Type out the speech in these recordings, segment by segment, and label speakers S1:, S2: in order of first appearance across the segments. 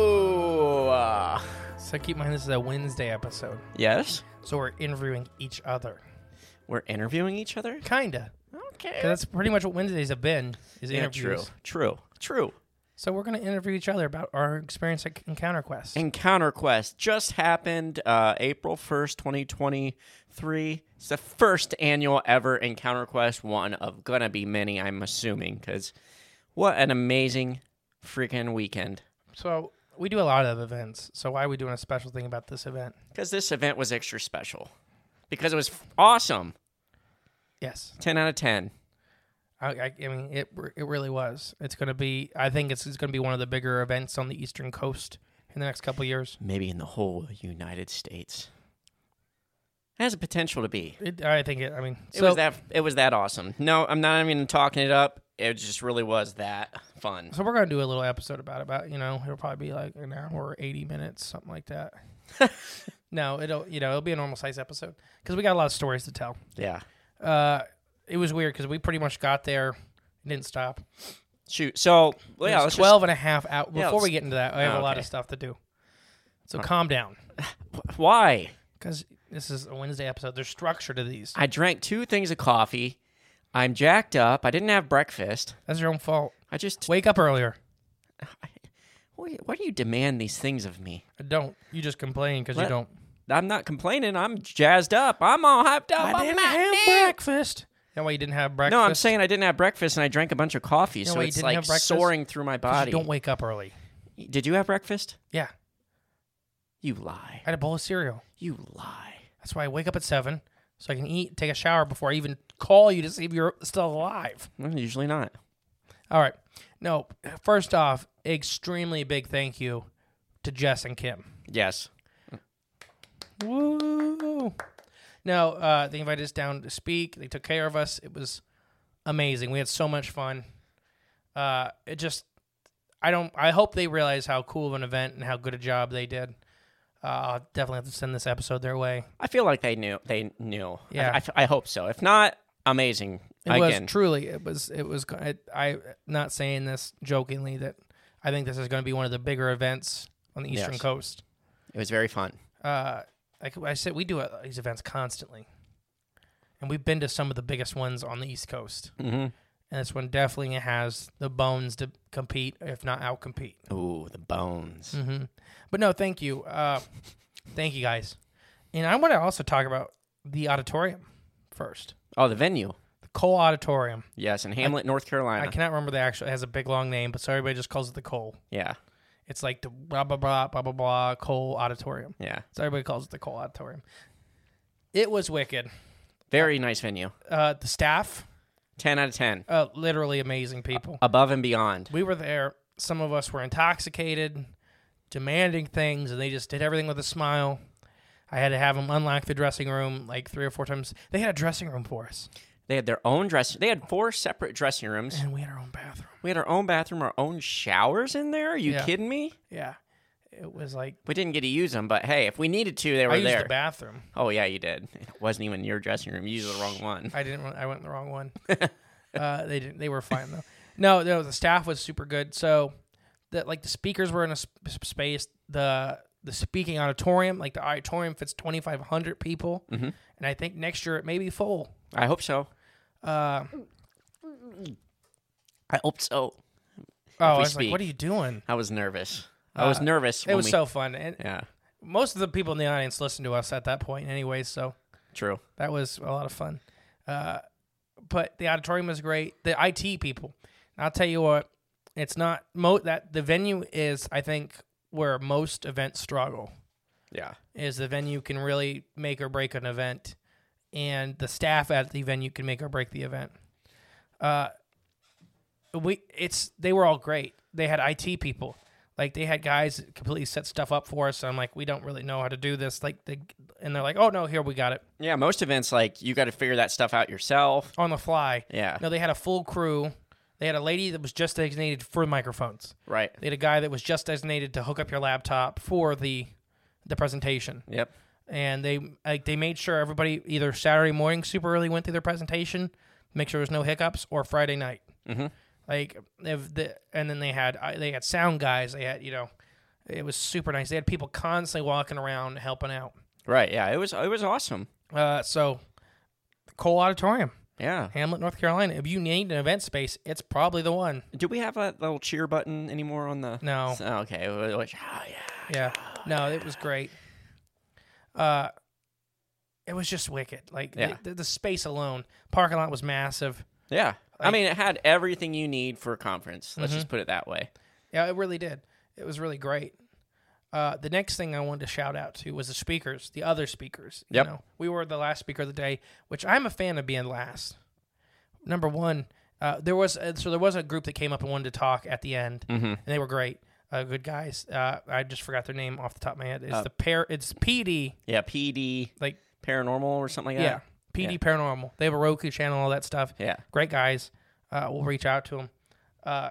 S1: Hello.
S2: So keep in mind, this is a Wednesday episode.
S1: Yes?
S2: So we're interviewing each other.
S1: We're interviewing each other?
S2: Kinda. 'Cause
S1: Okay.
S2: that's pretty much what Wednesdays have been, is
S1: Yeah,
S2: interviews.
S1: true. True. True.
S2: So we're going to interview each other about our experience at Encounter Quest.
S1: Encounter Quest just happened uh, April 1st, 2023. It's the first annual ever Encounter Quest, one of gonna be many, I'm assuming, because what an amazing freaking weekend.
S2: So we do a lot of events. So why are we doing a special thing about this event?
S1: Because this event was extra special, because it was f- awesome.
S2: Yes,
S1: 10 out of 10.
S2: I, I, I mean it. re- It really was. It's going to be. I think it's, it's going to be one of the bigger events on the eastern coast in the next couple of years.
S1: Maybe in the whole United States. Has a potential to be.
S2: It, I think it. I mean,
S1: It
S2: so
S1: was that. It was that awesome. No, I'm not even talking it up. It just really was that fun.
S2: so we're going to do a little episode about it, about you know it'll probably be like an hour or eighty minutes, something like that. no, it'll you know it'll be a normal size episode because we got a lot of stories to tell.
S1: Yeah.
S2: Uh, it was weird because we pretty much got there, didn't stop.
S1: Shoot. So well, yeah,
S2: It
S1: let's
S2: was
S1: just-
S2: 12 and a half out.
S1: Yeah,
S2: Before we
S1: let's-
S2: get into that, I have
S1: Oh,
S2: a lot
S1: okay.
S2: of stuff to do. So calm down.
S1: why?
S2: Because this is a Wednesday episode. There's structure to these.
S1: I drank two things of coffee. I'm jacked up. I didn't have breakfast.
S2: That's your own fault.
S1: I just.
S2: Wake up earlier.
S1: Why, why do you demand these things of me?
S2: Don't. You just complain because you
S1: Let-
S2: don't.
S1: I'm not complaining. I'm jazzed up. I'm all hyped up. I'm not
S2: breakfast. That way you didn't have breakfast.
S1: No, I'm saying I didn't have breakfast and I drank a bunch of coffee,
S2: know
S1: so
S2: why you
S1: it's
S2: didn't
S1: like
S2: have breakfast?
S1: soaring through my
S2: 'Cause
S1: body.
S2: You don't wake up early.
S1: Did you have breakfast?
S2: Yeah.
S1: You
S2: I
S1: lie.
S2: had a bowl of cereal.
S1: You lie.
S2: That's why I wake up at 7 so I can eat, take a shower before I even call you to see if you're still alive.
S1: Well, usually not.
S2: All right. No, first off, extremely big thank you to Jess and Kim.
S1: Yes.
S2: Woo! No, uh, they invited us down to speak. They took care of us. It was amazing. We had so much fun. Uh, it just, I don't. I hope they realize how cool of an event and how good a job they did. Uh, I'll definitely have to send this episode their way.
S1: I feel like they knew. They knew. I-
S2: Yeah.
S1: I, f- I hope so. If not, amazing.
S2: It
S1: Again,
S2: was truly. It was. It was. I, I not saying this jokingly that I think this is going to be one of the bigger events on the eastern
S1: Yes.
S2: coast.
S1: it was very fun.
S2: uh, like I said, we do uh, these events constantly, and we've been to some of the biggest ones on the East Coast, mm-hmm. and this one definitely has the bones to compete, if not outcompete.
S1: Ooh, the bones.
S2: Mm-hmm. But no, thank you, uh, thank you guys, and I want to also talk about the auditorium first,
S1: Oh, the venue.
S2: the Cole Auditorium.
S1: Yes, in Hamlet, North
S2: I
S1: Carolina.
S2: cannot remember the actual. It has a big long name, but so everybody just calls it the Cole.
S1: yeah.
S2: It's like the blah blah blah blah blah blah Cole Auditorium.
S1: Yeah.
S2: So everybody calls it the Cole Auditorium. It was wicked.
S1: Very nice venue.
S2: Uh, the staff
S1: 10 out of 10.
S2: uh, literally amazing people.
S1: Above and beyond.
S2: We were there. Some of us were intoxicated, demanding things, and they just did everything with a smile. I had to have them unlock the dressing room like three or four times. They had a dressing room for us,
S1: They had their own dress. They had four separate dressing rooms.
S2: and we had our own bathroom.
S1: We had our own bathroom, our own showers in there. Are you
S2: Yeah.
S1: kidding me?
S2: Yeah, it was like
S1: We didn't get to use them, but hey, if we needed to, they were
S2: I used
S1: there.
S2: the bathroom.
S1: oh yeah, you did. It wasn't even your dressing room. You used the wrong one.
S2: I didn't. I went in the wrong one. uh, they didn't. They were fine though. No, no. The staff was super good. So, the like the speakers were in a sp- sp- space. The the speaking auditorium, like the auditorium, fits twenty five hundred people,
S1: Mm-hmm.
S2: and I think next year it may be full.
S1: I hope so.
S2: Uh,
S1: I hope so.
S2: oh, I was
S1: speak.
S2: like, what are you doing?
S1: I was nervous. I was nervous.
S2: Uh, It
S1: when
S2: was
S1: we-
S2: so fun, and
S1: Yeah,
S2: most of the people in the audience listened to us at that point, anyway. So
S1: true.
S2: that was a lot of fun. Uh, but the auditorium was great. The IT people, and I'll tell you what, it's not mo that the venue is. I think where most events struggle
S1: Yeah,
S2: is the venue can really make or break an event, and the staff at the venue can make or break the event. Uh, we it's they were all great. They had IT people, like they had guys that completely set stuff up for us. I'm like, we don't really know how to do this. Like they, and they're like, oh no, here we got it
S1: yeah. Most events, like you got to figure that stuff out yourself.
S2: on the fly.
S1: Yeah.
S2: No, they had a full crew. They had a lady that was just designated for microphones.
S1: Right.
S2: They had a guy that was just designated to hook up your laptop for the the presentation.
S1: Yep.
S2: And they like they made sure everybody either Saturday morning super early went through their presentation, make sure there was no hiccups, or Friday night. Mm-hmm. Like if the and then they had I- they had sound guys. They had you know, it was super nice. They had people constantly walking around helping out.
S1: Right. Yeah. It was. It was awesome.
S2: Uh, so, Cole Auditorium.
S1: Yeah.
S2: Hamlet, North Carolina. If you need an event space, it's probably the one.
S1: Do we have a little cheer button anymore on the?
S2: No.
S1: So- okay. wh- which- oh, yeah.
S2: Yeah. No, it was great. Uh, it was just wicked. Like
S1: Yeah.
S2: the, the, space alone, parking lot was massive.
S1: Yeah. I mean, it had everything you need for a conference. Let's
S2: Mm-hmm.
S1: just put it that way.
S2: Yeah, it really did. It was really great. Uh, the next thing I wanted to shout out to was the speakers, the other speakers.
S1: Yep.
S2: You know, we were the last speaker of the day, which I'm a fan of being last. Number one, uh, there was uh, so there was a group that came up and wanted to talk at the end, and they were great, uh, good guys. Uh, I just forgot their name off the top of my head. It's the pair. It's PD.
S1: Yeah. PD
S2: Like
S1: paranormal or something like
S2: yeah,
S1: that.
S2: PD Paranormal. They have a Roku channel, all that stuff.
S1: Yeah.
S2: great guys. Uh, we'll reach out to them. Uh,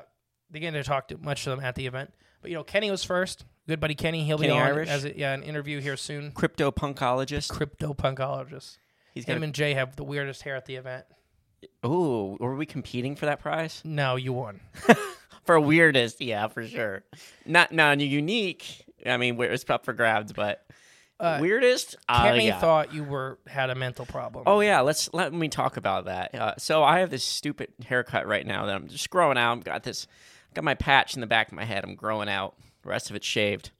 S2: they get to talk to much to them at the event, but you know, Kenny was first. Good buddy Kenny, he'll be
S1: Kenny
S2: on
S1: Irish?
S2: as a, yeah, an interview here soon.
S1: Crypto punkologist.
S2: Crypto punkologist.
S1: He's
S2: Him
S1: gonna.
S2: and Jay have the weirdest hair at the event.
S1: Ooh, were we competing for that prize?
S2: No, you won.
S1: For weirdest, yeah, for sure. Not not unique. I mean, where it's up for grabs, but
S2: Uh,
S1: weirdest. Ah, I
S2: Kenny thought you were had a mental problem.
S1: Oh yeah, let's let me talk about that. Uh, so I have this stupid haircut right now that I'm just growing out. I've got this, got my patch in the back of my head. I'm growing out. The rest of it's shaved.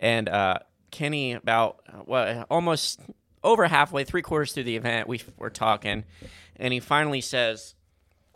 S1: And uh, Kenny, about uh, what, almost over halfway, three quarters through the event, we were talking, and he finally says,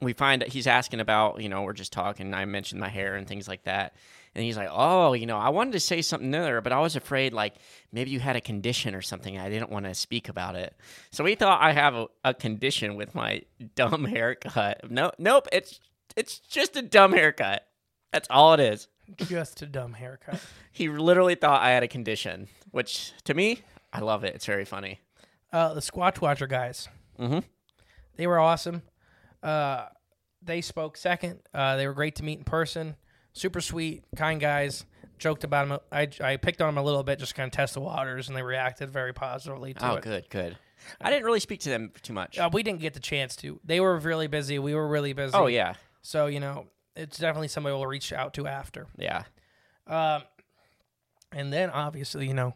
S1: we find he's asking about you know we're just talking i mentioned my hair and things like that and he's like oh you know i wanted to say something there but i was afraid like maybe you had a condition or something i didn't want to speak about it so he thought i have a, a condition with my dumb haircut no nope it's it's just a dumb haircut that's all it is
S2: Just a dumb haircut.
S1: he literally thought i had a condition which to me i love it it's very funny
S2: uh, the Squatch Watcher guys. Mm-hmm. They were awesome. Uh, they spoke second. Uh, they were great to meet in person. Super sweet, kind guys. Joked about them. I, I picked on them a little bit just to kind of test the waters, and they reacted very positively to
S1: oh
S2: it.
S1: good good i didn't really speak to them too much
S2: Uh, we didn't get the chance to. They were really busy. We were really busy.
S1: oh yeah
S2: So, you know, it's definitely somebody we'll reach out to after.
S1: yeah
S2: And then, obviously, you know,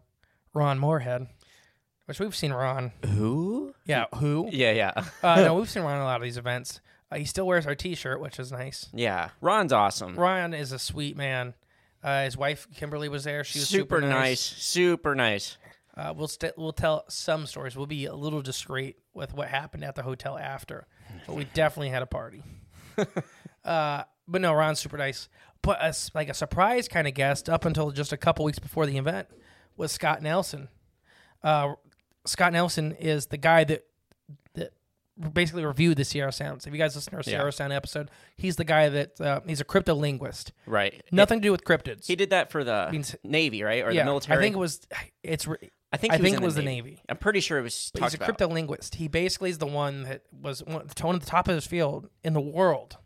S2: Ron Moorhead, which we've seen Ron.
S1: who
S2: Yeah, who?
S1: yeah yeah
S2: Uh, no, we've seen Ron at a lot of these events. Uh, he still wears our T-shirt, which is nice.
S1: Yeah, Ron's awesome.
S2: Ryan is a sweet man. Uh, his wife Kimberly was there. She was super,
S1: super nice, super nice.
S2: Uh, we'll st- we'll tell some stories. We'll be a little discreet with what happened at the hotel after, but we definitely had a party. uh, but no, Ron's super nice. But a s like a surprise kind of guest up until just a couple weeks before the event was Scott Nelson. Uh, Scott Nelson is the guy that that basically reviewed the Sierra Sounds. If you guys listen to our Sierra Sound episode, he's the guy that uh, he's a crypto linguist.
S1: Right.
S2: Nothing to do with cryptids.
S1: He did that for the
S2: Means-
S1: Navy, right, or
S2: yeah,
S1: the military.
S2: I think it was. It's. re-
S1: I I think
S2: I
S1: he
S2: think
S1: in
S2: it was the Navy.
S1: I'm pretty sure it was.
S2: But
S1: talked
S2: he's a
S1: about.
S2: crypto linguist. He basically is the one that was one, the one at the top of his field in the world,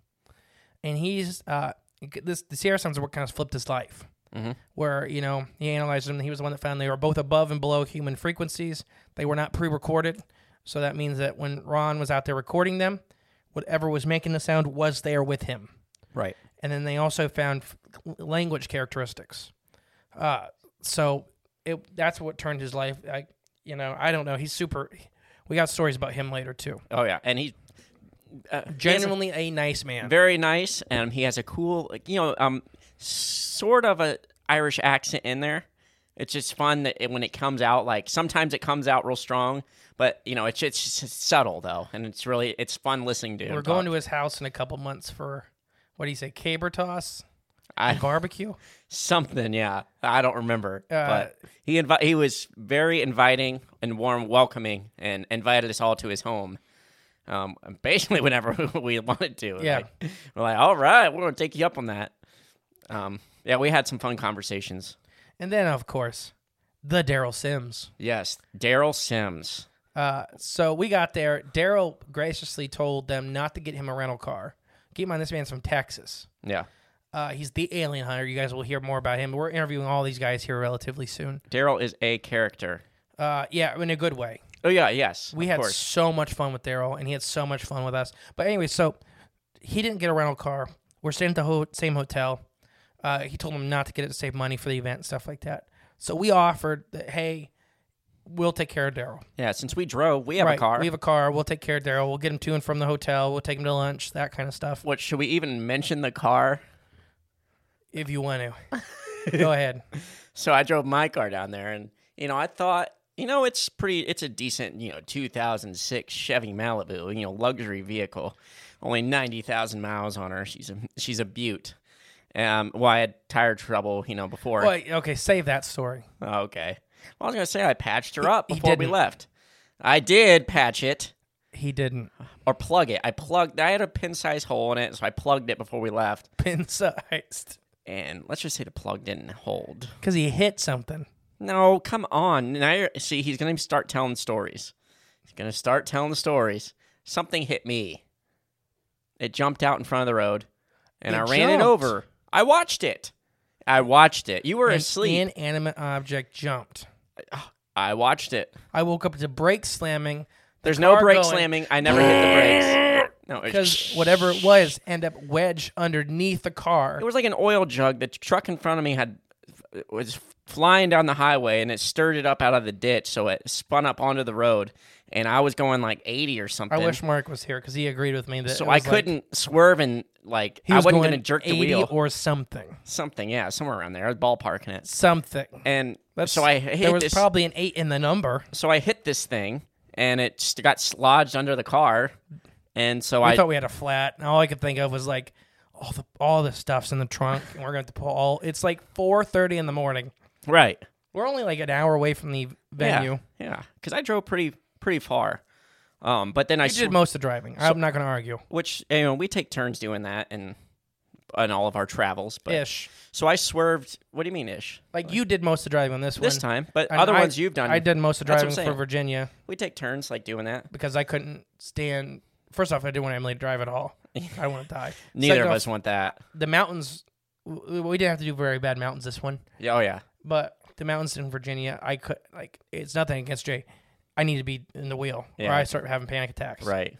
S2: and he's uh, this the Sierra Sons are what kind of flipped his life, where you know he analyzed them. He was the one that found they were both above and below human frequencies. They were not pre-recorded, so that means that when Ron was out there recording them, whatever was making the sound was there with him.
S1: Right.
S2: And then they also found f- language characteristics. Uh, so it that's what turned his life. I, you know, I don't know. He's super. We got stories about him later too.
S1: Oh yeah, and he uh, he has a-
S2: Genuinely a nice man.
S1: very nice, and he has a cool, like, you know, um, sort of a Irish accent in there. It's just fun that it, when it comes out, like sometimes it comes out real strong, but you know, it's it's just subtle though, and it's really it's fun listening to.
S2: We're going to his house in a couple months for what do you say, caber toss,
S1: I,
S2: barbecue.
S1: something, yeah. I don't remember,
S2: Uh,
S1: but he invi- he was very inviting and warm, welcoming, and invited us all to his home. Um, basically whenever we wanted to.
S2: Yeah.
S1: Like, we're like, all right, we're gonna take you up on that. Um, yeah, we had some fun conversations.
S2: And then of course, the Daryl Sims.
S1: Yes, Daryl Sims.
S2: Uh, so we got there. Daryl graciously told them not to get him a rental car. Keep in mind, this man's from Texas.
S1: Yeah,
S2: Uh, he's the alien hunter. You guys will hear more about him. We're interviewing all these guys here relatively soon.
S1: Daryl is a character.
S2: Uh, yeah, in a good way.
S1: Oh yeah, yes.
S2: We
S1: of
S2: had
S1: course.
S2: so much fun with Daryl, and he had so much fun with us. But anyway, so he didn't get a rental car. We're staying at the ho- same hotel. Uh, he told him not to get it to save money for the event and stuff like that. So we offered that, hey, we'll take care of Daryl.
S1: yeah. Since we drove, we have
S2: right,
S1: a car.
S2: We have a car. We'll take care of Daryl. We'll get him to and from the hotel. We'll take him to lunch, that kind of stuff,
S1: what should we even mention the car?
S2: if you want to. Go ahead.
S1: So I drove my car down there, and you know, I thought, you know, it's pretty, it's a decent, you know, 2006 Chevy Malibu, you know, luxury vehicle, only 90,000 miles on her. She's a she's a beaut. Um, well, I had tire trouble, you know, before. Oh,
S2: Wait, okay, save that story.
S1: Okay. Well, I was gonna say I patched her up
S2: he
S1: before we
S2: didn't.
S1: left. I did patch it
S2: He didn't.
S1: or plug it. I plugged. I had a pin size hole in it, so I plugged it before we left.
S2: Pin sized.
S1: And let's just say the plug didn't hold.
S2: Because he hit something.
S1: No, come on. Now you're, see, he's gonna start telling stories. He's gonna start telling stories. Something hit me. It jumped out in front of the road, and
S2: It
S1: I ran it
S2: jumped.
S1: over. I watched it. I watched it. You were asleep.
S2: An inanimate object jumped.
S1: I watched it.
S2: I woke up to brake slamming
S1: There's no
S2: car
S1: brake
S2: going-
S1: slamming. I never hit the brakes. No, it
S2: because whatever it was ended up wedged underneath the car.
S1: It was like an oil jug. The truck in front of me had was flying down the highway, and it stirred it up out of the ditch, so it spun up onto the road. And I was going like 80 or
S2: I
S1: something.
S2: wish Mark was here because he agreed with me that it
S1: so
S2: was
S1: I
S2: like-
S1: couldn't swerve and like
S2: he
S1: I
S2: was
S1: wasn't
S2: going
S1: to jerk the
S2: 80
S1: wheel
S2: or something.
S1: something. Yeah, somewhere around there. I was ballparking it.
S2: Something.
S1: And
S2: That's-
S1: so I hit
S2: there was
S1: this.
S2: probably an eight in the number.
S1: so I hit this thing, and it st- got slodged under the car. And so
S2: I
S1: I
S2: thought we had a flat, and all I could think of was like all the all the stuff's in the trunk, and we're going to pull all. It's like four thirty in the morning.
S1: right.
S2: We're only like an hour away from the venue.
S1: Yeah, yeah. Because I drove pretty pretty far. Um, but then I
S2: You did
S1: sw-
S2: most of the driving. I'm not going to argue.
S1: which you know we take turns doing that and on all of our travels. But
S2: Ish.
S1: so I swerved. What do you mean ish?
S2: Like you did most of the driving on this,
S1: This
S2: one.
S1: time, but
S2: And
S1: other
S2: I-
S1: ones you've done.
S2: I did most of the
S1: That's what I'm
S2: driving for
S1: saying.
S2: Virginia
S1: We take turns like doing that.
S2: because I couldn't stand. First off, I didn't want Emily to drive at all. I want to die.
S1: Neither
S2: Second
S1: of
S2: off,
S1: us want that.
S2: The mountains. w- We didn't have to do very bad mountains this one,
S1: Yeah, oh yeah.
S2: but the mountains in Virginia, I could like. It's nothing against Jay. I need to be in the wheel, or
S1: Yeah.
S2: I start having panic attacks.
S1: Right.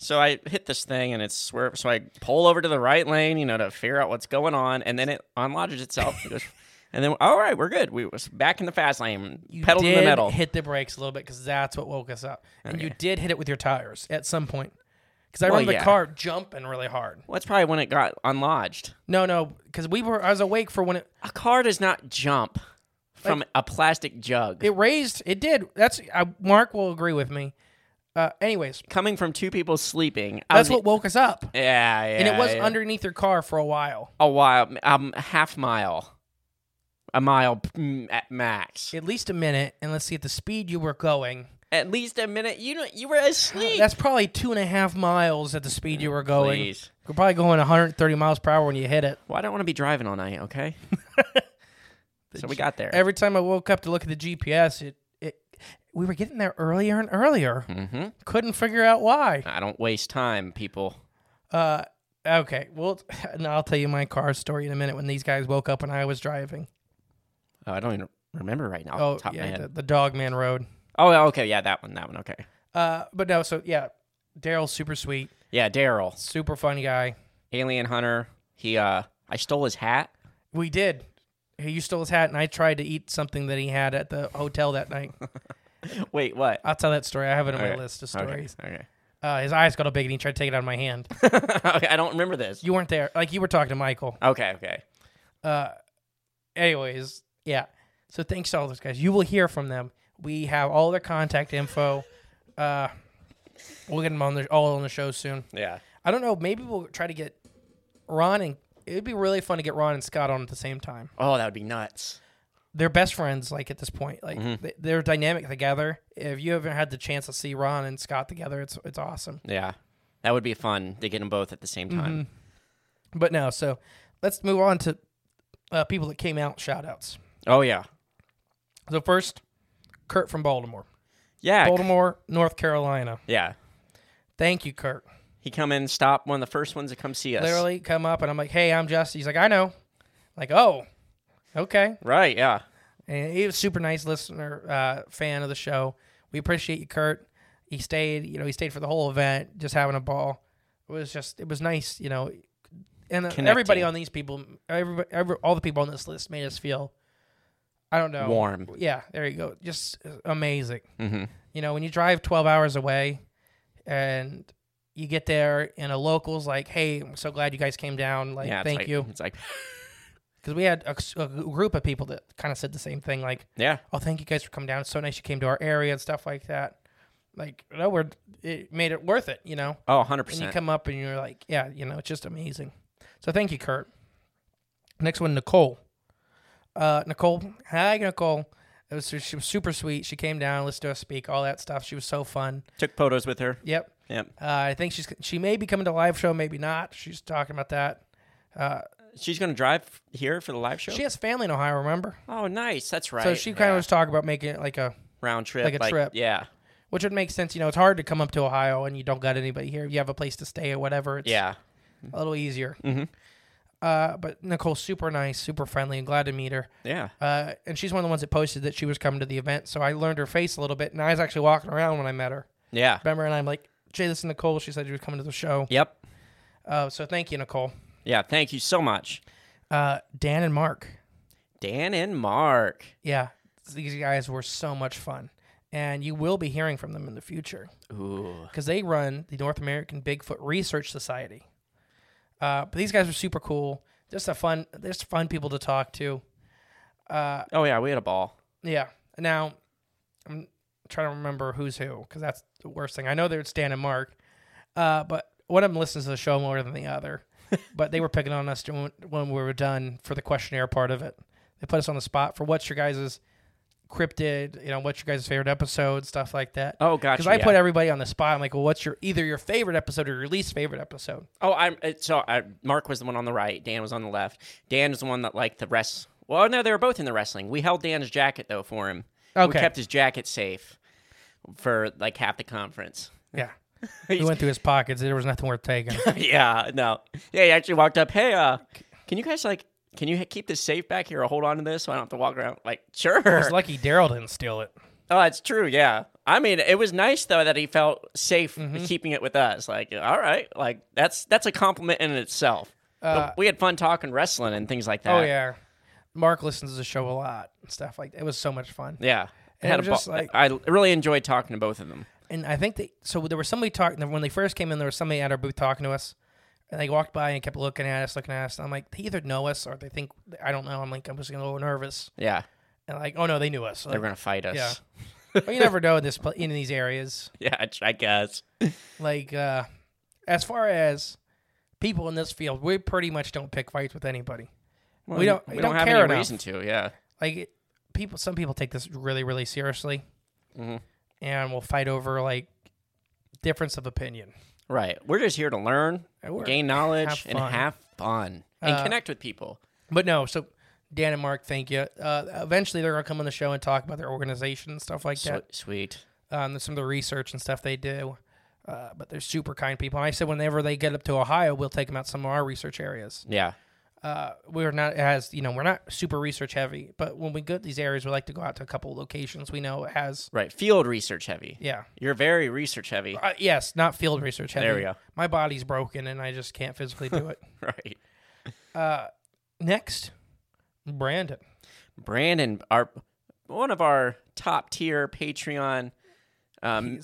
S1: So I hit this thing and it's swerve. So I pull over to the right lane, you know, to figure out what's going on, and then it unlodges itself. It goes- and then all right, we're good. We was back in the fast lane,
S2: You
S1: pedal to
S2: did
S1: the metal. Oh,
S2: hit the brakes a little bit because that's what woke us up, and you did hit it with your tires at some point. Because I
S1: Well,
S2: remember
S1: yeah.
S2: the car jumping really hard.
S1: well, that's probably when it got unlodged.
S2: No, no, because we were. I was awake for when it.
S1: A car does not jump from a plastic jug.
S2: It raised. It did. That's I, Mark will agree with me. Uh, anyways,
S1: coming from two people sleeping. I
S2: that's
S1: was-
S2: what woke us up,
S1: Yeah, yeah.
S2: and it was
S1: yeah.
S2: underneath your car for a while,
S1: a while, um, a half mile, a mile mm, at max.
S2: at least a minute. And let's see at the speed you were going.
S1: At least a minute. You know, you were asleep.
S2: That's probably two and a half miles at the speed you were going.
S1: Please.
S2: You're probably going 130 miles per hour when you hit it.
S1: Well, I don't want to be driving all night. Okay. so we got there.
S2: Every time I woke up to look at the GPS, it we were getting there earlier and earlier.
S1: Hmm.
S2: Mm-hmm. Couldn't figure out why.
S1: I don't waste time, people.
S2: Uh, okay. Well, and I'll tell you my car story in a minute when these guys woke up and I was driving.
S1: Oh, I don't even remember right now. off
S2: Oh,
S1: the top of my
S2: yeah,
S1: head.
S2: the, the Dogman Road.
S1: Oh, okay, yeah, that one, that one, okay.
S2: Uh, but no, so yeah, Daryl's super sweet,
S1: Yeah, Daryl,
S2: super funny guy.
S1: alien hunter. He, uh, I stole his hat.
S2: We did. He stole his hat, and I tried to eat something that he had at the hotel that night.
S1: Wait, what?
S2: I'll tell that story. I have it on my
S1: Okay,
S2: list of
S1: okay,
S2: stories.
S1: Okay,
S2: Uh, his eyes got all big, and he tried to take it out of my hand.
S1: okay. I don't remember this.
S2: you weren't there. Like you were talking to Michael.
S1: Okay, okay.
S2: anyways, yeah. So thanks to all those guys. You will hear from them. We have all their contact info. Uh, we'll get them on the all on the show soon.
S1: Yeah.
S2: I don't know. Maybe we'll try to get Ron and it'd be really fun to get Ron and Scott on at the same time.
S1: Oh, that would be nuts.
S2: They're best friends. Like at this point, like they, they're dynamic together. If you haven't had the chance to see Ron and Scott together, it's it's awesome.
S1: Yeah, that would be fun to get them both at the same time.
S2: Mm-hmm. But no, so let's move on to uh, people that came out shout outs.
S1: Oh yeah,
S2: So first, Kurt from Baltimore,
S1: yeah, c-
S2: Baltimore, North Carolina.
S1: yeah.
S2: Thank you, Kurt.
S1: He come in, stop one of the first ones to come see us.
S2: Literally come up and I'm like, hey, I'm Justin. He's like, I know. like, oh, okay.
S1: Right? Yeah.
S2: And he was a super nice listener, uh, fan of the show. We appreciate you, Kurt. He stayed, you know, he stayed for the whole event, just having a ball. It was just, it was nice, you know. And uh, everybody
S1: Connecting.
S2: on these people, every, every, all the people on this list made us feel, I don't know,
S1: Warm.
S2: Yeah, there you go. Just uh, amazing.
S1: Mm-hmm.
S2: You know, when you drive 12 hours away and you get there and a local's like, hey, I'm so glad you guys came down. Like,
S1: Yeah. it's
S2: thank
S1: like- mm.
S2: you.
S1: It's like,
S2: Because we had a, a group of people that kind of said the same thing, like,
S1: yeah,
S2: oh, thank you guys for coming down. It's so nice you came to our area and stuff like that. Like, no, we're, it made it worth it, you know?
S1: oh, 100
S2: And you
S1: percent.
S2: come up and you're like, yeah, you know, it's just amazing. So thank you, Kurt. Next one, Nicole. Uh, Nicole, hi, Nicole. It was, she was super sweet. She came down, listened to us speak, all that stuff. She was so fun.
S1: Took photos with her.
S2: Yep.
S1: Yep.
S2: Uh, I think she's she may be coming to a live show, maybe not. She's talking about that.
S1: She's gonna drive here for the live show.
S2: She has family in Ohio, remember?
S1: oh, nice. That's right.
S2: So she kind
S1: Yeah.
S2: of was talking about making it like a,
S1: round trip,
S2: like a trip.
S1: Yeah.
S2: which would make sense. You know, it's hard to come up to Ohio and you don't got anybody here. You have a place to stay or whatever. It's
S1: Yeah. Mm-hmm.
S2: a little easier. Uh, but Nicole's super nice, super friendly, and glad to meet her.
S1: Yeah.
S2: Uh, and she's one of the ones that posted that she was coming to the event. So I learned her face a little bit, and I was actually walking around when I met her.
S1: Yeah.
S2: Remember, and I'm like, Jay, this is Nicole. She said she was coming to the show.
S1: Yep.
S2: Uh, so thank you, Nicole.
S1: Yeah. Thank you so much.
S2: Uh, Dan and Mark.
S1: Dan and Mark.
S2: Yeah, these guys were so much fun, and you will be hearing from them in the future. because they run the North American Bigfoot Research Society. Uh, but these guys are super cool. Just a fun, just fun people to talk to.
S1: Oh yeah, we had a ball.
S2: Yeah. Now, I'm trying to remember who's who because that's the worst thing. I know there's Dan and Mark, uh, but one of them listens to the show more than the other. but they were picking on us doing- when we were done for the questionnaire part of it. They put us on the spot for what's your guys' cryptid, you know, what's your guys' favorite episode, stuff like that.
S1: Oh, gotcha,
S2: Because I
S1: yeah.
S2: put everybody on the spot. I'm like, well, what's your either your favorite episode or your least favorite episode?
S1: Oh, I'm it- so I, Mark was the one on the right. Dan was on the left. Dan was the one that liked the rest. Well, no, they were both in the wrestling. We held Dan's jacket though for him.
S2: Okay.
S1: We kept his jacket safe for like half the conference.
S2: Yeah. He went through his pockets. There was nothing worth taking.
S1: yeah. No. Yeah. He actually walked up. Hey, uh, can you guys like, can you keep this safe back here or hold on to this so I don't have to walk around? Like, sure.
S2: It's lucky Daryl didn't steal it.
S1: Oh, that's true. Yeah. I mean, it was nice though that he felt safe
S2: Mm-hmm.
S1: keeping it with us. Like, all right, like that's that's a compliment in itself. But we had fun talking wrestling and things like that.
S2: Uh, Oh yeah, Mark listens to the show a lot and stuff like that. It was so much fun.
S1: yeah. I
S2: And
S1: had
S2: it
S1: a
S2: was just
S1: ball-
S2: like-
S1: I really enjoyed talking to both of them.
S2: And I think they so there was somebody talking when they first came in. There was somebody at our booth talking to us, and they walked by and kept looking at us, looking at us. And I'm like, they either know us or they think I don't know. I'm like, I'm just getting a little nervous.
S1: Yeah,
S2: And like, oh no, they knew us.
S1: they
S2: Like,
S1: were gonna fight us.
S2: yeah. well, you never know in this pla- in these areas.
S1: Yeah, I, I guess.
S2: Like, uh, as far as people in this field, we pretty much don't pick fights with anybody. we don't.
S1: We
S2: we
S1: don't, have
S2: care
S1: any
S2: enough.
S1: reason to. Yeah.
S2: like it, people some people take this really really seriously and will fight over like difference of opinion
S1: Right. We're just here to learn,
S2: we're-
S1: gain knowledge, and
S2: fun. Uh,
S1: have fun and connect with people.
S2: but no so Dan and Mark, thank you. Uh, eventually, they're gonna come on the show and talk about their organization and stuff like that.
S1: Swe- Sweet.
S2: Um, some of the research and stuff they do. Uh, but they're super kind people. And I said whenever they get up to Ohio, we'll take them out some of our research areas.
S1: Yeah.
S2: we're not as you know we're not super research heavy but when we go to these areas we like to go out to a couple locations we know it has
S1: Right. Field research heavy.
S2: yeah
S1: You're very research heavy.
S2: uh, yes not field research heavy
S1: There we go.
S2: my body's broken and i just can't physically do it
S1: Right.
S2: next brandon
S1: Brandon, our one of our top tier Patreon, um,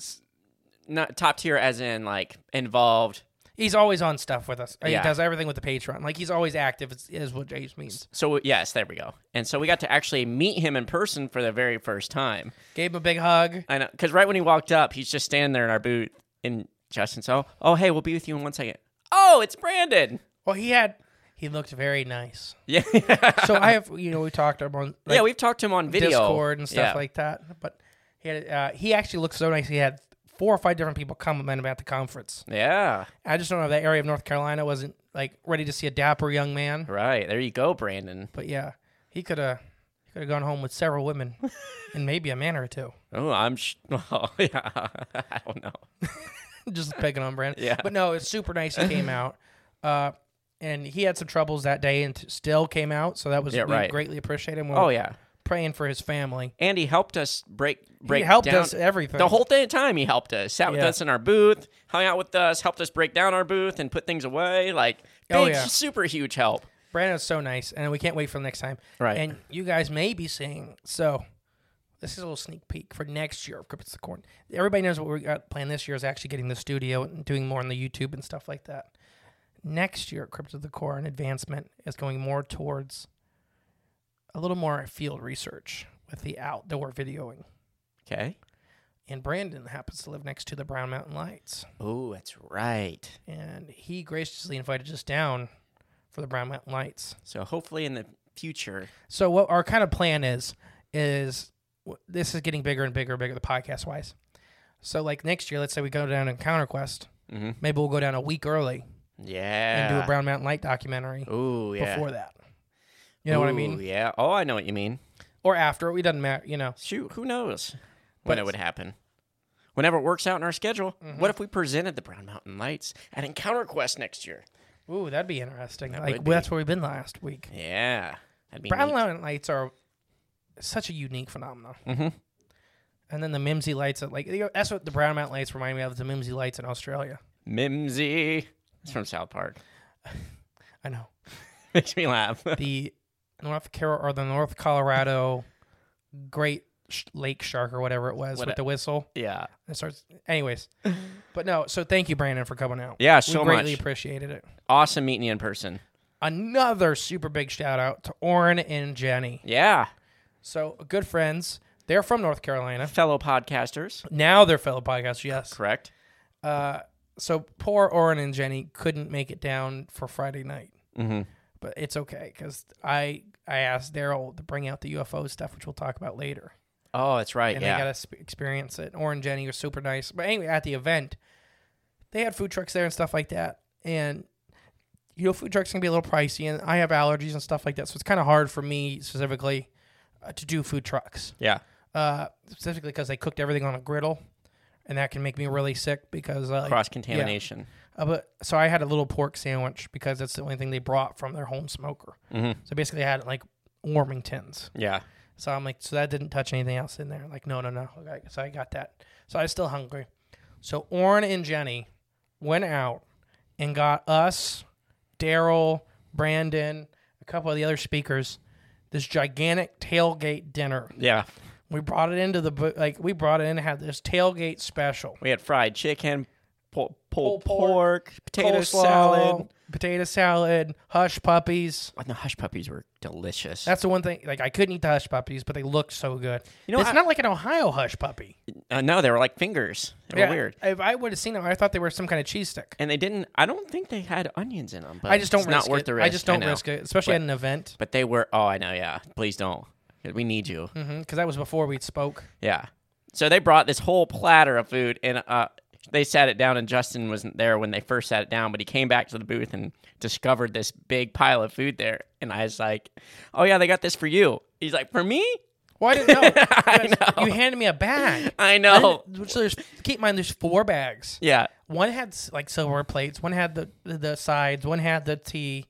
S1: not top tier as in like involved.
S2: he's always on stuff with us
S1: Yeah.
S2: he does everything with the patreon like he's always active is, is what james means
S1: So yes, there we go. And so we got to actually meet him in person for the very first time.
S2: gave him a big hug
S1: I know, because right when he walked up, he's just standing there in our booth, and Justin's, oh, oh, hey, we'll be with you in one second. Oh, it's Brandon.
S2: well he had he looked very nice
S1: Yeah,
S2: so i have you know we talked about like,
S1: yeah, we've talked to him on video,
S2: Discord and stuff
S1: Yeah.
S2: like that. But he had, uh, he actually looked so nice. He had four or five different people compliment him at the conference.
S1: Yeah,
S2: I just don't know if that area of North Carolina wasn't like ready to see a dapper young man.
S1: right there you go, Brandon.
S2: But yeah, he could have he could have gone home with several women and maybe a man or two.
S1: Oh, I'm. Sh- oh, yeah. I don't know.
S2: just picking on Brandon.
S1: Yeah.
S2: But no, it's super nice. He came out. Uh, and he had some troubles that day and t- still came out. So that was
S1: Yeah,
S2: we
S1: right.
S2: greatly appreciate him. We're
S1: Oh yeah.
S2: praying for his family.
S1: And he helped us break break
S2: helped
S1: down-
S2: us everything.
S1: The whole th- time he helped us. Sat with
S2: Yeah.
S1: us in our booth, hung out with us, helped us break down our booth and put things away. Like big,
S2: Oh, yeah.
S1: super huge help.
S2: Brandon's so nice, and we can't wait for the next time.
S1: Right.
S2: And you guys may be seeing so. This is a little sneak peek for next year of Crippets the Corn. Everybody knows what we got planned this year is actually getting the studio and doing more on the YouTube and stuff like that. Next year, Crypts of the Core and advancement is going more towards a little more field research with the outdoor videoing.
S1: Okay.
S2: And Brandon happens to live next to the Brown Mountain Lights
S1: Oh, that's right.
S2: and he graciously invited us down for the Brown Mountain Lights.
S1: So hopefully in the future.
S2: So what our kind of plan is is w- this is getting bigger and bigger and bigger the podcast wise. So like next year, let's say we go down to Counter Quest, maybe we'll go down a week early
S1: Mm-hmm. Yeah.
S2: and do a Brown Mountain Light documentary
S1: Ooh, yeah.
S2: before that. You know what I
S1: Ooh,
S2: mean?
S1: Yeah. Oh, I know what you mean.
S2: Or after it doesn't matter. You know,
S1: Shoot, who knows when
S2: But- Mm-hmm.
S1: it would happen. Whenever it works out in our schedule, what if we presented the Brown Mountain Lights at Encounter Quest next year?
S2: ooh, that'd be interesting. like
S1: would be.
S2: that's where we've been last week.
S1: Yeah. That'd be
S2: Brown
S1: neat.
S2: Mountain Lights are such a unique phenomenon.
S1: Mhm.
S2: And then the Mimsy lights, at, like you know, that's what the Brown Mountain lights remind me of. The Mimsy lights in Australia.
S1: Mimsy. It's from South Park.
S2: I know.
S1: Makes me laugh.
S2: the North Carol or the North Colorado Great sh- Lake Shark or whatever it was
S1: What
S2: with
S1: a-
S2: the whistle.
S1: yeah.
S2: It starts, anyways. but no, so thank you, Brandon, for coming out.
S1: Yeah,
S2: we
S1: so
S2: greatly
S1: much.
S2: appreciated it.
S1: Awesome meeting you in person.
S2: Another super big shout out to Oren and Jenny.
S1: Yeah.
S2: So good friends. They're from North Carolina.
S1: Fellow podcasters.
S2: Now they're fellow podcasts. Yes.
S1: Correct.
S2: So poor Oren and Jenny couldn't make it down for Friday night.
S1: Mm-hmm.
S2: But it's okay because I I asked Daryl to bring out the UFO stuff, which we'll talk about later.
S1: Oh, that's right.
S2: and
S1: yeah.
S2: they got to sp- experience it. Orange Jenny was super nice. But anyway, at the event, they had food trucks there and stuff like that. And you know, food trucks can be a little pricey, and I have allergies and stuff like that, so it's kind of hard for me specifically uh, to do food trucks,
S1: yeah.
S2: uh, specifically because they cooked everything on a griddle, and that can make me really sick because uh,
S1: Cross contamination.
S2: uh, but so I had a little pork sandwich because that's the only thing they brought from their home smoker. So basically, I had like warming tins.
S1: Yeah.
S2: So I'm like, so that didn't touch anything else in there. Like, no, no, no. Okay, so I got that. So I was still hungry. So Orrin and Jenny went out and got us, Daryl, Brandon, a couple of the other speakers, this gigantic tailgate dinner.
S1: Yeah.
S2: We brought it into the bu- like we brought it in and had this tailgate special.
S1: We had fried chicken, pulled, pulled
S2: Pulled
S1: pork,
S2: pork,
S1: potato
S2: Coleslaw,
S1: salad.
S2: potato salad, hush puppies.
S1: Oh, the hush puppies were delicious.
S2: That's the one thing. Like I couldn't eat the hush puppies, but they looked so good. You
S1: know,
S2: know, it's
S1: I-
S2: not like an Ohio hush puppy.
S1: uh, no, they were like fingers. They were weird.
S2: If I would have seen them, I thought they were some kind of cheese stick.
S1: And they didn't. I don't think they had onions in them. But
S2: I just don't
S1: it's
S2: risk
S1: not worth
S2: it.
S1: the risk.
S2: I just don't
S1: know.
S2: risk it, especially at
S1: But-
S2: an event
S1: But they were. Oh, I know. Yeah. Please don't. We need you.
S2: Mm-hmm, because that was before we spoke.
S1: Yeah. So they brought this whole platter of food, and uh, they sat it down, and Justin wasn't there when they first sat it down, but he came back to the booth and discovered this big pile of food there. And I was like, "Oh yeah, they got this for you." He's like, "For me?"
S2: Well, I didn't know.
S1: I
S2: Guys,
S1: know.
S2: You handed me a bag.
S1: I know.
S2: I didn't- So there's keep in mind there's four bags.
S1: Yeah,
S2: One had s- like silver plates. One had the the sides. One had the tea,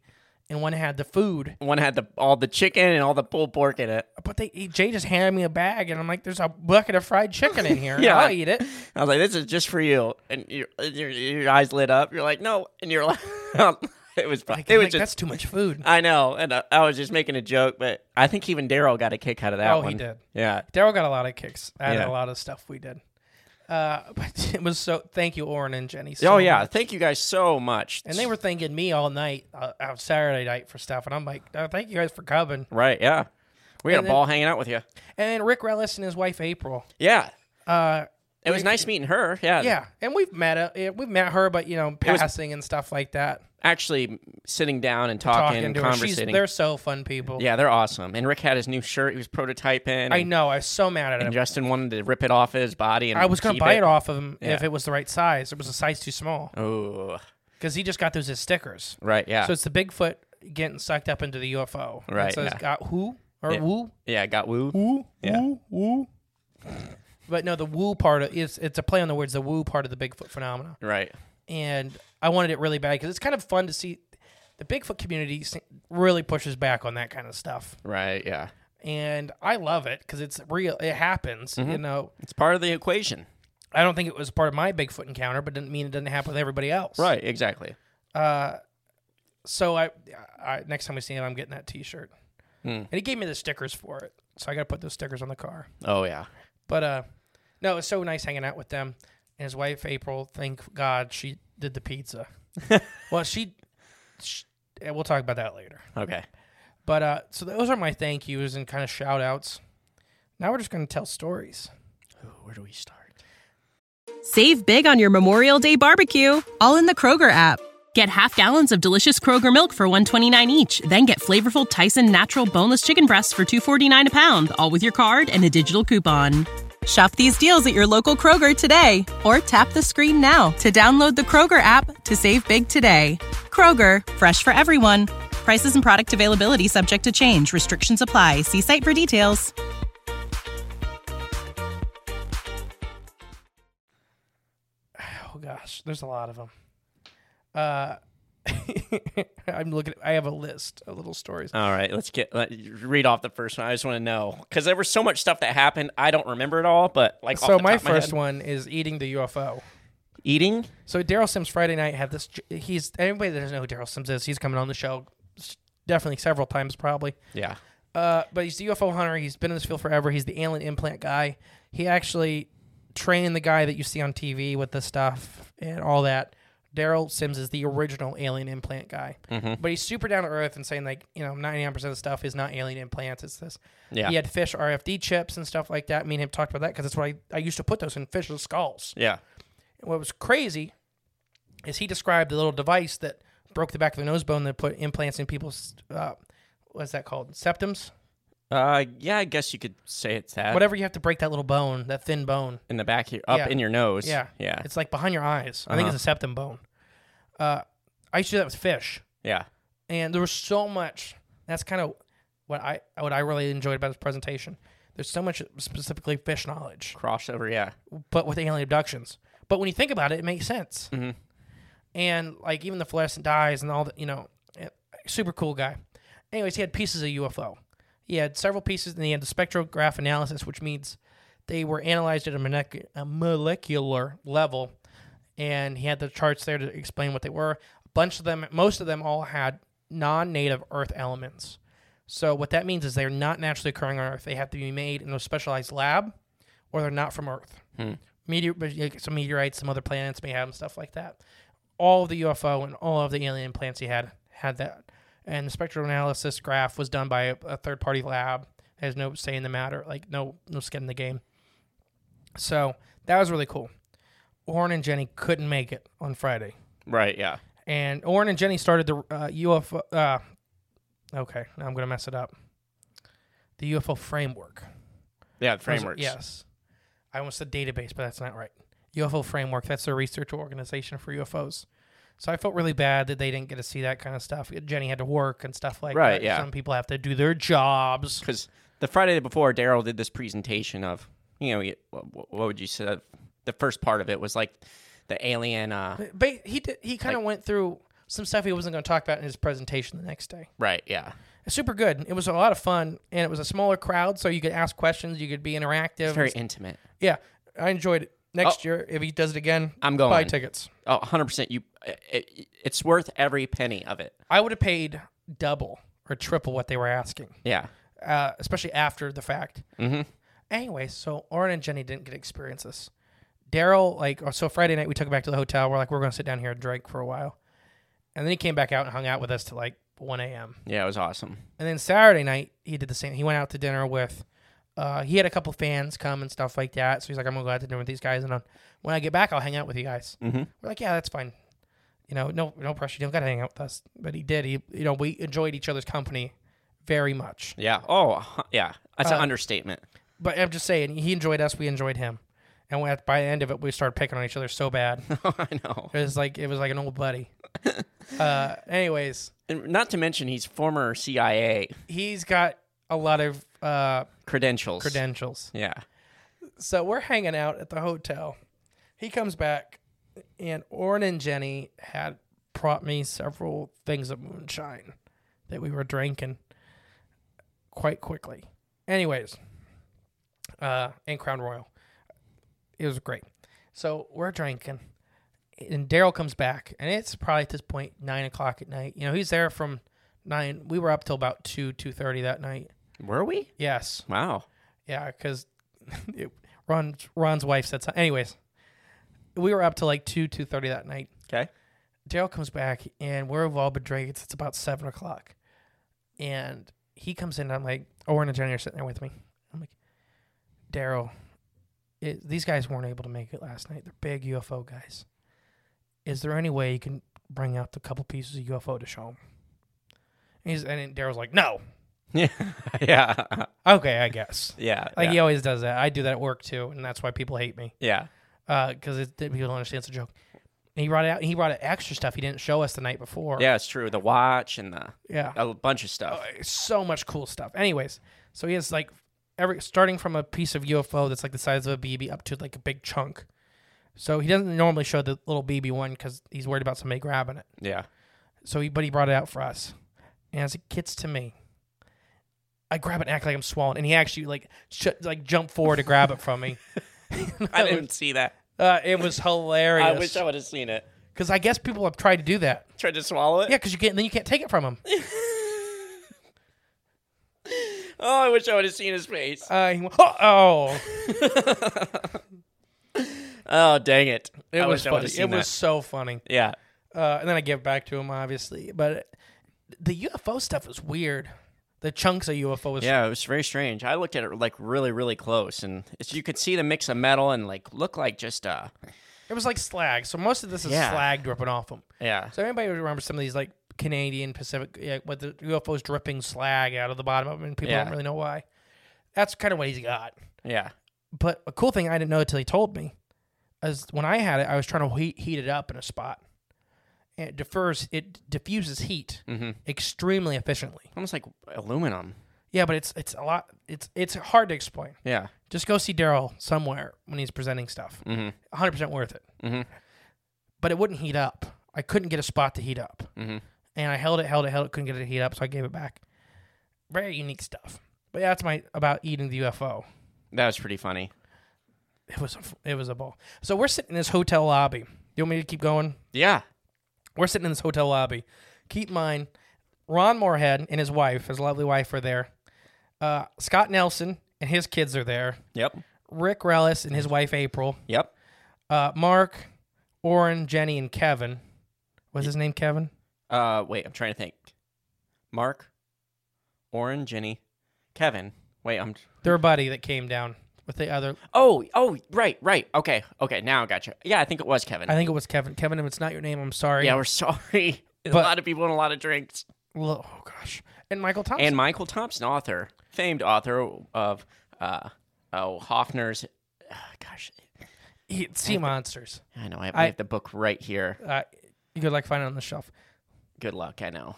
S2: and one had the food.
S1: one had the all the chicken and all the pulled pork in it.
S2: But they Jay just handed me a bag, and I'm like, "There's a bucket of fried chicken in here.
S1: Yeah.
S2: I'll eat it."
S1: I was like, "This is just for you," and your your, your eyes lit up. You're like, "No," and you're like, "It was
S2: Like,
S1: it
S2: I'm
S1: was
S2: like,
S1: just."
S2: that's too much food.
S1: I know, and I, I was just making a joke, but I think even Daryl got a kick out of that
S2: Oh,
S1: one.
S2: he did.
S1: Yeah,
S2: Daryl got a lot of kicks out
S1: Yeah.
S2: of a lot of stuff we did. Uh, but it was so. Thank you, Oren and Jenny. so
S1: oh yeah,
S2: much.
S1: thank you guys so much.
S2: And they were thanking me all night, uh, out Saturday night for stuff, and I'm like, oh, "Thank you guys for coming."
S1: right, yeah. We had
S2: And
S1: a
S2: then-
S1: ball hanging out with you.
S2: And then Rick Rellis and his wife April.
S1: Yeah,
S2: Uh,
S1: it was nice meeting her. Yeah,
S2: yeah, and we've met uh, yeah, we've met her, but you know,
S1: was-
S2: passing and stuff like that.
S1: Actually, sitting down and talking,
S2: Talking
S1: and
S2: to her, she's
S1: conversating.
S2: they're so fun people.
S1: yeah, they're awesome. And Rick had his new shirt. He was prototyping.
S2: I
S1: and-
S2: know. I was so mad at
S1: And
S2: him.
S1: Justin wanted to rip it off his body. And
S2: I was gonna
S1: keep
S2: buy it, off of him if
S1: Yeah.
S2: it was the right size. It was a size too small
S1: Oh,
S2: because he just got those as stickers.
S1: right. Yeah.
S2: So it's the Bigfoot getting sucked up into the UFO. And
S1: Right,
S2: So it's
S1: yeah.
S2: got who or
S1: Yeah.
S2: woo
S1: yeah. it Got woo.
S2: woo
S1: Yeah.
S2: woo woo. But no, the woo part of, is it's a play on the words. The woo part of the Bigfoot phenomenon.
S1: Right.
S2: and I wanted it really bad because it's kind of fun to see the Bigfoot community s- really pushes back on that kind of stuff,
S1: Right. Yeah.
S2: and I love it because it's real. It happens,
S1: Mm-hmm.
S2: you know.
S1: It's part of the equation.
S2: I don't think it was part of my Bigfoot encounter, but didn't mean it didn't happen with everybody else,
S1: Right. Exactly.
S2: So I, I next time we see him, I'm getting that T-shirt,
S1: Hmm.
S2: and he gave me the stickers for it, so I got to put those stickers on the car.
S1: Oh yeah.
S2: But uh, no, it was so nice hanging out with them and his wife April. Thank God she did the pizza. well, she, she, eh, we'll talk about that later.
S1: Okay.
S2: But uh, so those are my thank yous and kind of shout outs. Now we're just going to tell stories.
S1: Where do we start?
S3: Save big on your Memorial Day barbecue, all in the Kroger app. Get half gallons of delicious Kroger milk for 129 each, then get flavorful Tyson natural boneless chicken breasts for 249 a pound, all with your card and a digital coupon. Shop these deals at your local Kroger today or tap the screen now to download the Kroger app to save big today. Kroger, fresh for everyone. Prices and product availability subject to change. Restrictions apply. See site for details.
S2: Oh gosh, there's a lot of them. Uh, I'm looking. I have a list of little stories.
S1: All right, let's get let, read off the first one. I just want to know because there was so much stuff that happened. I don't remember it all, but like off
S2: so
S1: the
S2: my
S1: top of
S2: first
S1: head-
S2: one is eating the UFO.
S1: eating.
S2: So Daryl Sims Friday night had this. j- He's anybody that doesn't know who Daryl Sims is. He's coming on the show s- definitely several times probably.
S1: Yeah,
S2: Uh, but he's the UFO hunter. He's been in this field forever. He's the alien implant guy. He actually trained the guy that you see on TV with the stuff and all that. Daryl Sims is the original alien implant guy. But he's super down to earth and saying, like, you know, 99% of the stuff is not alien implants. It's this.
S1: Yeah.
S2: He had fish RFD chips and stuff like that. Me and him talked about that because that's what I, I used to put those in fish's skulls.
S1: yeah,
S2: And what was crazy is he described the little device that broke the back of the nose bone that put implants in people's, uh, what's that called? Septums?
S1: uh, yeah. I guess you could say it's that.
S2: whatever you have to break that little bone, that thin bone.
S1: in the back here, up
S2: Yeah.
S1: in your nose.
S2: Yeah,
S1: yeah,
S2: It's like behind your eyes. I think it's a septum bone. Uh, I used to do that with fish,
S1: yeah.
S2: and there was so much. That's kind of what I what I really enjoyed about his presentation. There's so much specifically fish knowledge,
S1: Crossover. Yeah,
S2: but with alien abductions. But when you think about it, it makes sense. And like even the fluorescent dyes and all the you know, eh, super cool guy. Anyways, he had pieces of UFO. He had several pieces, and he had the spectrograph analysis, which means they were analyzed at a, molecu- a molecular level, and he had the charts there to explain what they were. A bunch of them, most of them, all had non-native Earth elements. So what that means is they're not naturally occurring on Earth. They have to be made in a specialized lab, or they're not from Earth. Meteor, but, like, some meteorites, some other planets may have them, stuff like that. All of the UFO and all of the alien plants he had had that, and the spectral analysis graph was done by a, a third party lab. Has no say in the matter, like no no skin in the game. So that was really cool. Orrin and Jenny couldn't make it on Friday,
S1: right. Yeah,
S2: and Orrin and Jenny started the uh, UFO. Uh, okay, now I'm gonna mess it up. The UFO framework.
S1: yeah.
S2: Those are-
S1: Frameworks.
S2: Yes. I almost said database, but that's not right. UFO Framework. That's their research organization for UFOs. So I felt really bad that they didn't get to see that kind of stuff. Jenny had to work and stuff like
S1: Right,
S2: that.
S1: yeah.
S2: Some people have to do their jobs.
S1: because the Friday before, Daryl did this presentation of you know he- wh- wh- what would you say? uh, The first part of it was like the alien. Uh,
S2: But he did, he kind of went through some stuff he wasn't going to talk about in his presentation the next day.
S1: right. Yeah.
S2: Super good. It was a lot of fun, and it was a smaller crowd, so you could ask questions. You could be interactive.
S1: Very intimate.
S2: yeah, I enjoyed it. Next year, if he does it again,
S1: I'm
S2: Buy
S1: going.
S2: tickets.
S1: Oh, 100 percent. You, it, it's worth every penny of it.
S2: I would have paid double or triple what they were asking,
S1: Yeah.
S2: uh, especially after the fact. Mm-hmm. Anyway, so Oren and Jenny didn't get to experience this. Daryl, like, or- so Friday night we took him back to the hotel. We're like, we're going to sit down here and drink for a while, and then he came back out and hung out with us till like 1 a.m.
S1: Yeah, it was awesome.
S2: And then Saturday night, he did the same. He went out to dinner with, uh, he had a couple fans come and stuff like that. So he's like, I'm gonna go out to dinner with these guys, and on, when I get back, I'll hang out with you guys. Mm-hmm. We're like, yeah, that's fine. You know, no, no pressure. You don't gotta hang out with us. But he did. He, you know, we enjoyed each other's company very much.
S1: Yeah. Oh, hu- yeah. That's an understatement.
S2: But I'm just saying, he enjoyed us. We enjoyed him. And we- by the end of it, we started picking on each other so bad.
S1: I know.
S2: it was like it was like an old buddy. uh, anyways,
S1: And not to mention he's former CIA
S2: he's got a lot of uh,
S1: credentials.
S2: credentials.
S1: Yeah.
S2: so we're hanging out at the hotel. He comes back, and Orrin and Jenny had brought me several things of moonshine that we were drinking quite quickly. Anyways, uh, and Crown Royal. It was great. So we're drinking, and Daryl comes back, and it's probably at this point nine o'clock at night. You know, he's there from nine. We were up till about two, two thirty that night.
S1: Were we?
S2: Yes.
S1: Wow.
S2: Yeah, because Ron's Ron's wife said something. Anyways, we were up to like two two thirty that night.
S1: Okay.
S2: Daryl comes back and we're all been drinking. It's about seven o'clock, and he comes in. and I'm like, Owen and Jenny are sitting there with me. I'm like, Daryl, it- these guys weren't able to make it last night. They're big UFO guys. Is there any way you can bring out the couple pieces of UFO to show them? And, he's, and Daryl's like, No.
S1: Yeah. yeah.
S2: Okay, I guess.
S1: Yeah.
S2: Like he
S1: yeah.
S2: always does that. I do that at work too, and that's why people hate me
S1: yeah.
S2: because it people don't understand it's a joke. And he brought out he brought out extra stuff he didn't show us the night before.
S1: Yeah, it's true. The watch and the
S2: yeah,
S1: a bunch of stuff.
S2: so much cool stuff. Anyways, so he has like every starting from a piece of UFO that's like the size of a BB up to like a big chunk. So he doesn't normally show the little BB one because he's worried about somebody grabbing it.
S1: Yeah.
S2: So he but he brought it out for us, and as it gets to me. I grab it and act like I'm swallowing, and he actually like sh- like jumped forward to grab it from me.
S1: I didn't see that.
S2: Uh, it was hilarious.
S1: I wish I would have seen it.
S2: Because I guess people have tried to do that.
S1: Tried to swallow it.
S2: Yeah, because you can't. Then you can't take it from them.
S1: Oh, I wish I would have seen his face.
S2: Uh, he went, oh, oh.
S1: Oh, dang it.
S2: it
S1: I
S2: was
S1: wish I
S2: funny.
S1: would have
S2: It
S1: seen that.
S2: was so funny.
S1: Yeah.
S2: Uh, and then I give it back to him, obviously. But the UFO stuff was weird. The chunks of UFO was
S1: Yeah, it was very strange. I looked at it like really, really close, and it's, you could see the mix of metal and like look like just uh,
S2: it was like slag. So most of this is
S1: Yeah.
S2: slag dripping off them.
S1: yeah,
S2: So anybody would remember some of these like Canadian Pacific, yeah, with the UFOs dripping slag out of the bottom of them, and people
S1: Yeah.
S2: don't really know why. That's kind of what he's got.
S1: yeah,
S2: But a cool thing I didn't know until he told me is when I had it, I was trying to heat, heat it up in a spot. And it defers, it diffuses heat extremely efficiently.
S1: almost like aluminum.
S2: Yeah, but it's it's a lot. It's it's hard to explain.
S1: Yeah,
S2: Just go see Daryl somewhere when he's presenting stuff. One hundred percent worth it. But it wouldn't heat up. I couldn't get a spot to heat up, and I held it, held it, held it. Couldn't get it to heat up, so I gave it back. Very unique stuff. But yeah, that's my about eating the UFO.
S1: that was pretty funny.
S2: It was a, it was a ball. So we're sitting in this hotel lobby. You want me to keep going?
S1: Yeah,
S2: We're sitting in this hotel lobby. Keep in mind, Ron Moorhead and his wife, his lovely wife, are there. Uh, Scott Nelson and his kids are there.
S1: yep,
S2: Rick Rellis and his wife April.
S1: yep.
S2: Uh, Mark, Oren, Jenny, and Kevin. Was his name Kevin?
S1: Uh, wait, I'm trying to think. Mark, Oren, Jenny, Kevin. Wait, I'm.
S2: Their buddy that came down with the other.
S1: Oh, oh, right, right. Okay, okay. Now I gotcha. Yeah, I think it was Kevin.
S2: I think it was Kevin. Kevin, if it's not your name, I'm sorry.
S1: yeah, we're sorry. a
S2: But-
S1: lot of people and a lot of drinks.
S2: Lo- oh gosh. And Michael Thompson.
S1: And Michael Thompson, author, famed author of uh, oh Hoffner's. Uh, gosh,
S2: He- sea monsters.
S1: I know. I,
S2: I-
S1: I have the book right here.
S2: Uh, you could like find it on the shelf.
S1: Good luck. I know.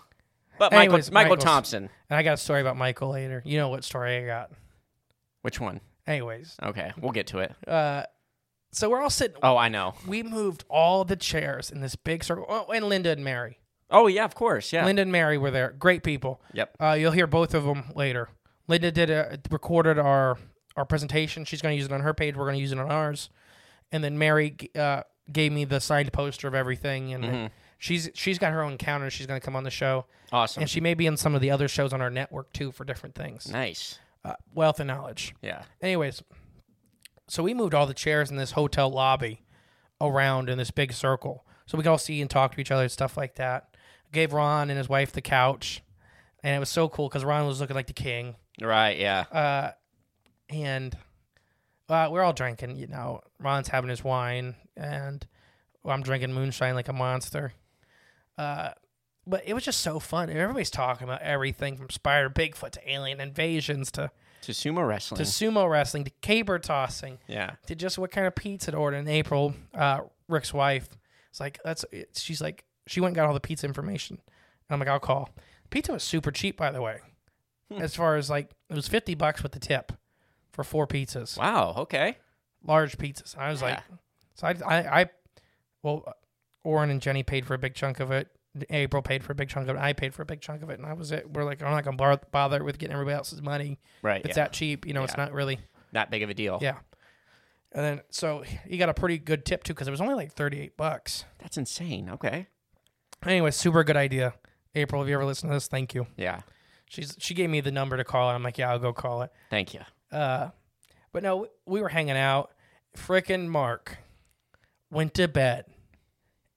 S1: But
S2: Anyways,
S1: Michael, Michael
S2: Michael's-
S1: Thompson.
S2: And I got a story about Michael later. You know what story I got.
S1: Which one?
S2: Anyways,
S1: Okay, we'll get to it.
S2: uh, so we're all sitting.
S1: Oh, I know.
S2: We moved all the chairs in this big circle. Oh, and Linda and Mary.
S1: Oh yeah, of course. Yeah.
S2: Linda and Mary were there. Great people.
S1: Yep.
S2: Uh, you'll hear both of them later. Linda did a, recorded our our presentation. She's going to use it on her page. We're going to use it on ours. And then Mary g- uh, gave me the signed poster of everything, and
S1: Mm-hmm.
S2: she's she's got her own counter. She's going to come on the show,
S1: Awesome.
S2: and she may be in some of the other shows on our network too for different things.
S1: nice.
S2: Uh, wealth and knowledge.
S1: Yeah.
S2: Anyways, so we moved all the chairs in this hotel lobby around in this big circle, so we could all see and talk to each other and stuff like that. Gave Ron and his wife the couch, and it was so cool because Ron was looking like the king,
S1: Right. Yeah.
S2: and uh, we're all drinking. You know, Ron's having his wine, and I'm drinking moonshine like a monster. Uh, but it was just so fun. And everybody's talking about everything from Spider Bigfoot to alien invasions to,
S1: to sumo
S2: to
S1: wrestling.
S2: sumo wrestling to caber tossing.
S1: yeah.
S2: to just what kind of pizza to order in April. Uh, Rick's wife is like, that's. She's like, she went and got all the pizza information, and I'm like, I'll call. Pizza was super cheap, by the way.
S1: Hmm.
S2: As far as like, it was fifty bucks with the tip for four pizzas,
S1: Wow. Okay.
S2: large pizzas. And I was like, so I, I, I, well, Oren and Jenny paid for a big chunk of it. April paid for a big chunk of it. I paid for a big chunk of it, and I was it. We're like, I'm not gonna bar- bother with getting everybody else's money.
S1: Right.
S2: If it's
S1: yeah.
S2: that cheap, you know. It's
S1: Yeah.
S2: not really.
S1: Not big of a deal.
S2: Yeah. And then so he got a pretty good tip too because it was only like 38 bucks.
S1: That's insane. Okay.
S2: Anyway, super good idea. April, if you ever listen to this, thank you.
S1: Yeah.
S2: She's she gave me the number to call and I'm like, yeah, I'll go call it.
S1: Thank you.
S2: Uh, but no, we were hanging out. Frickin' Mark went to bed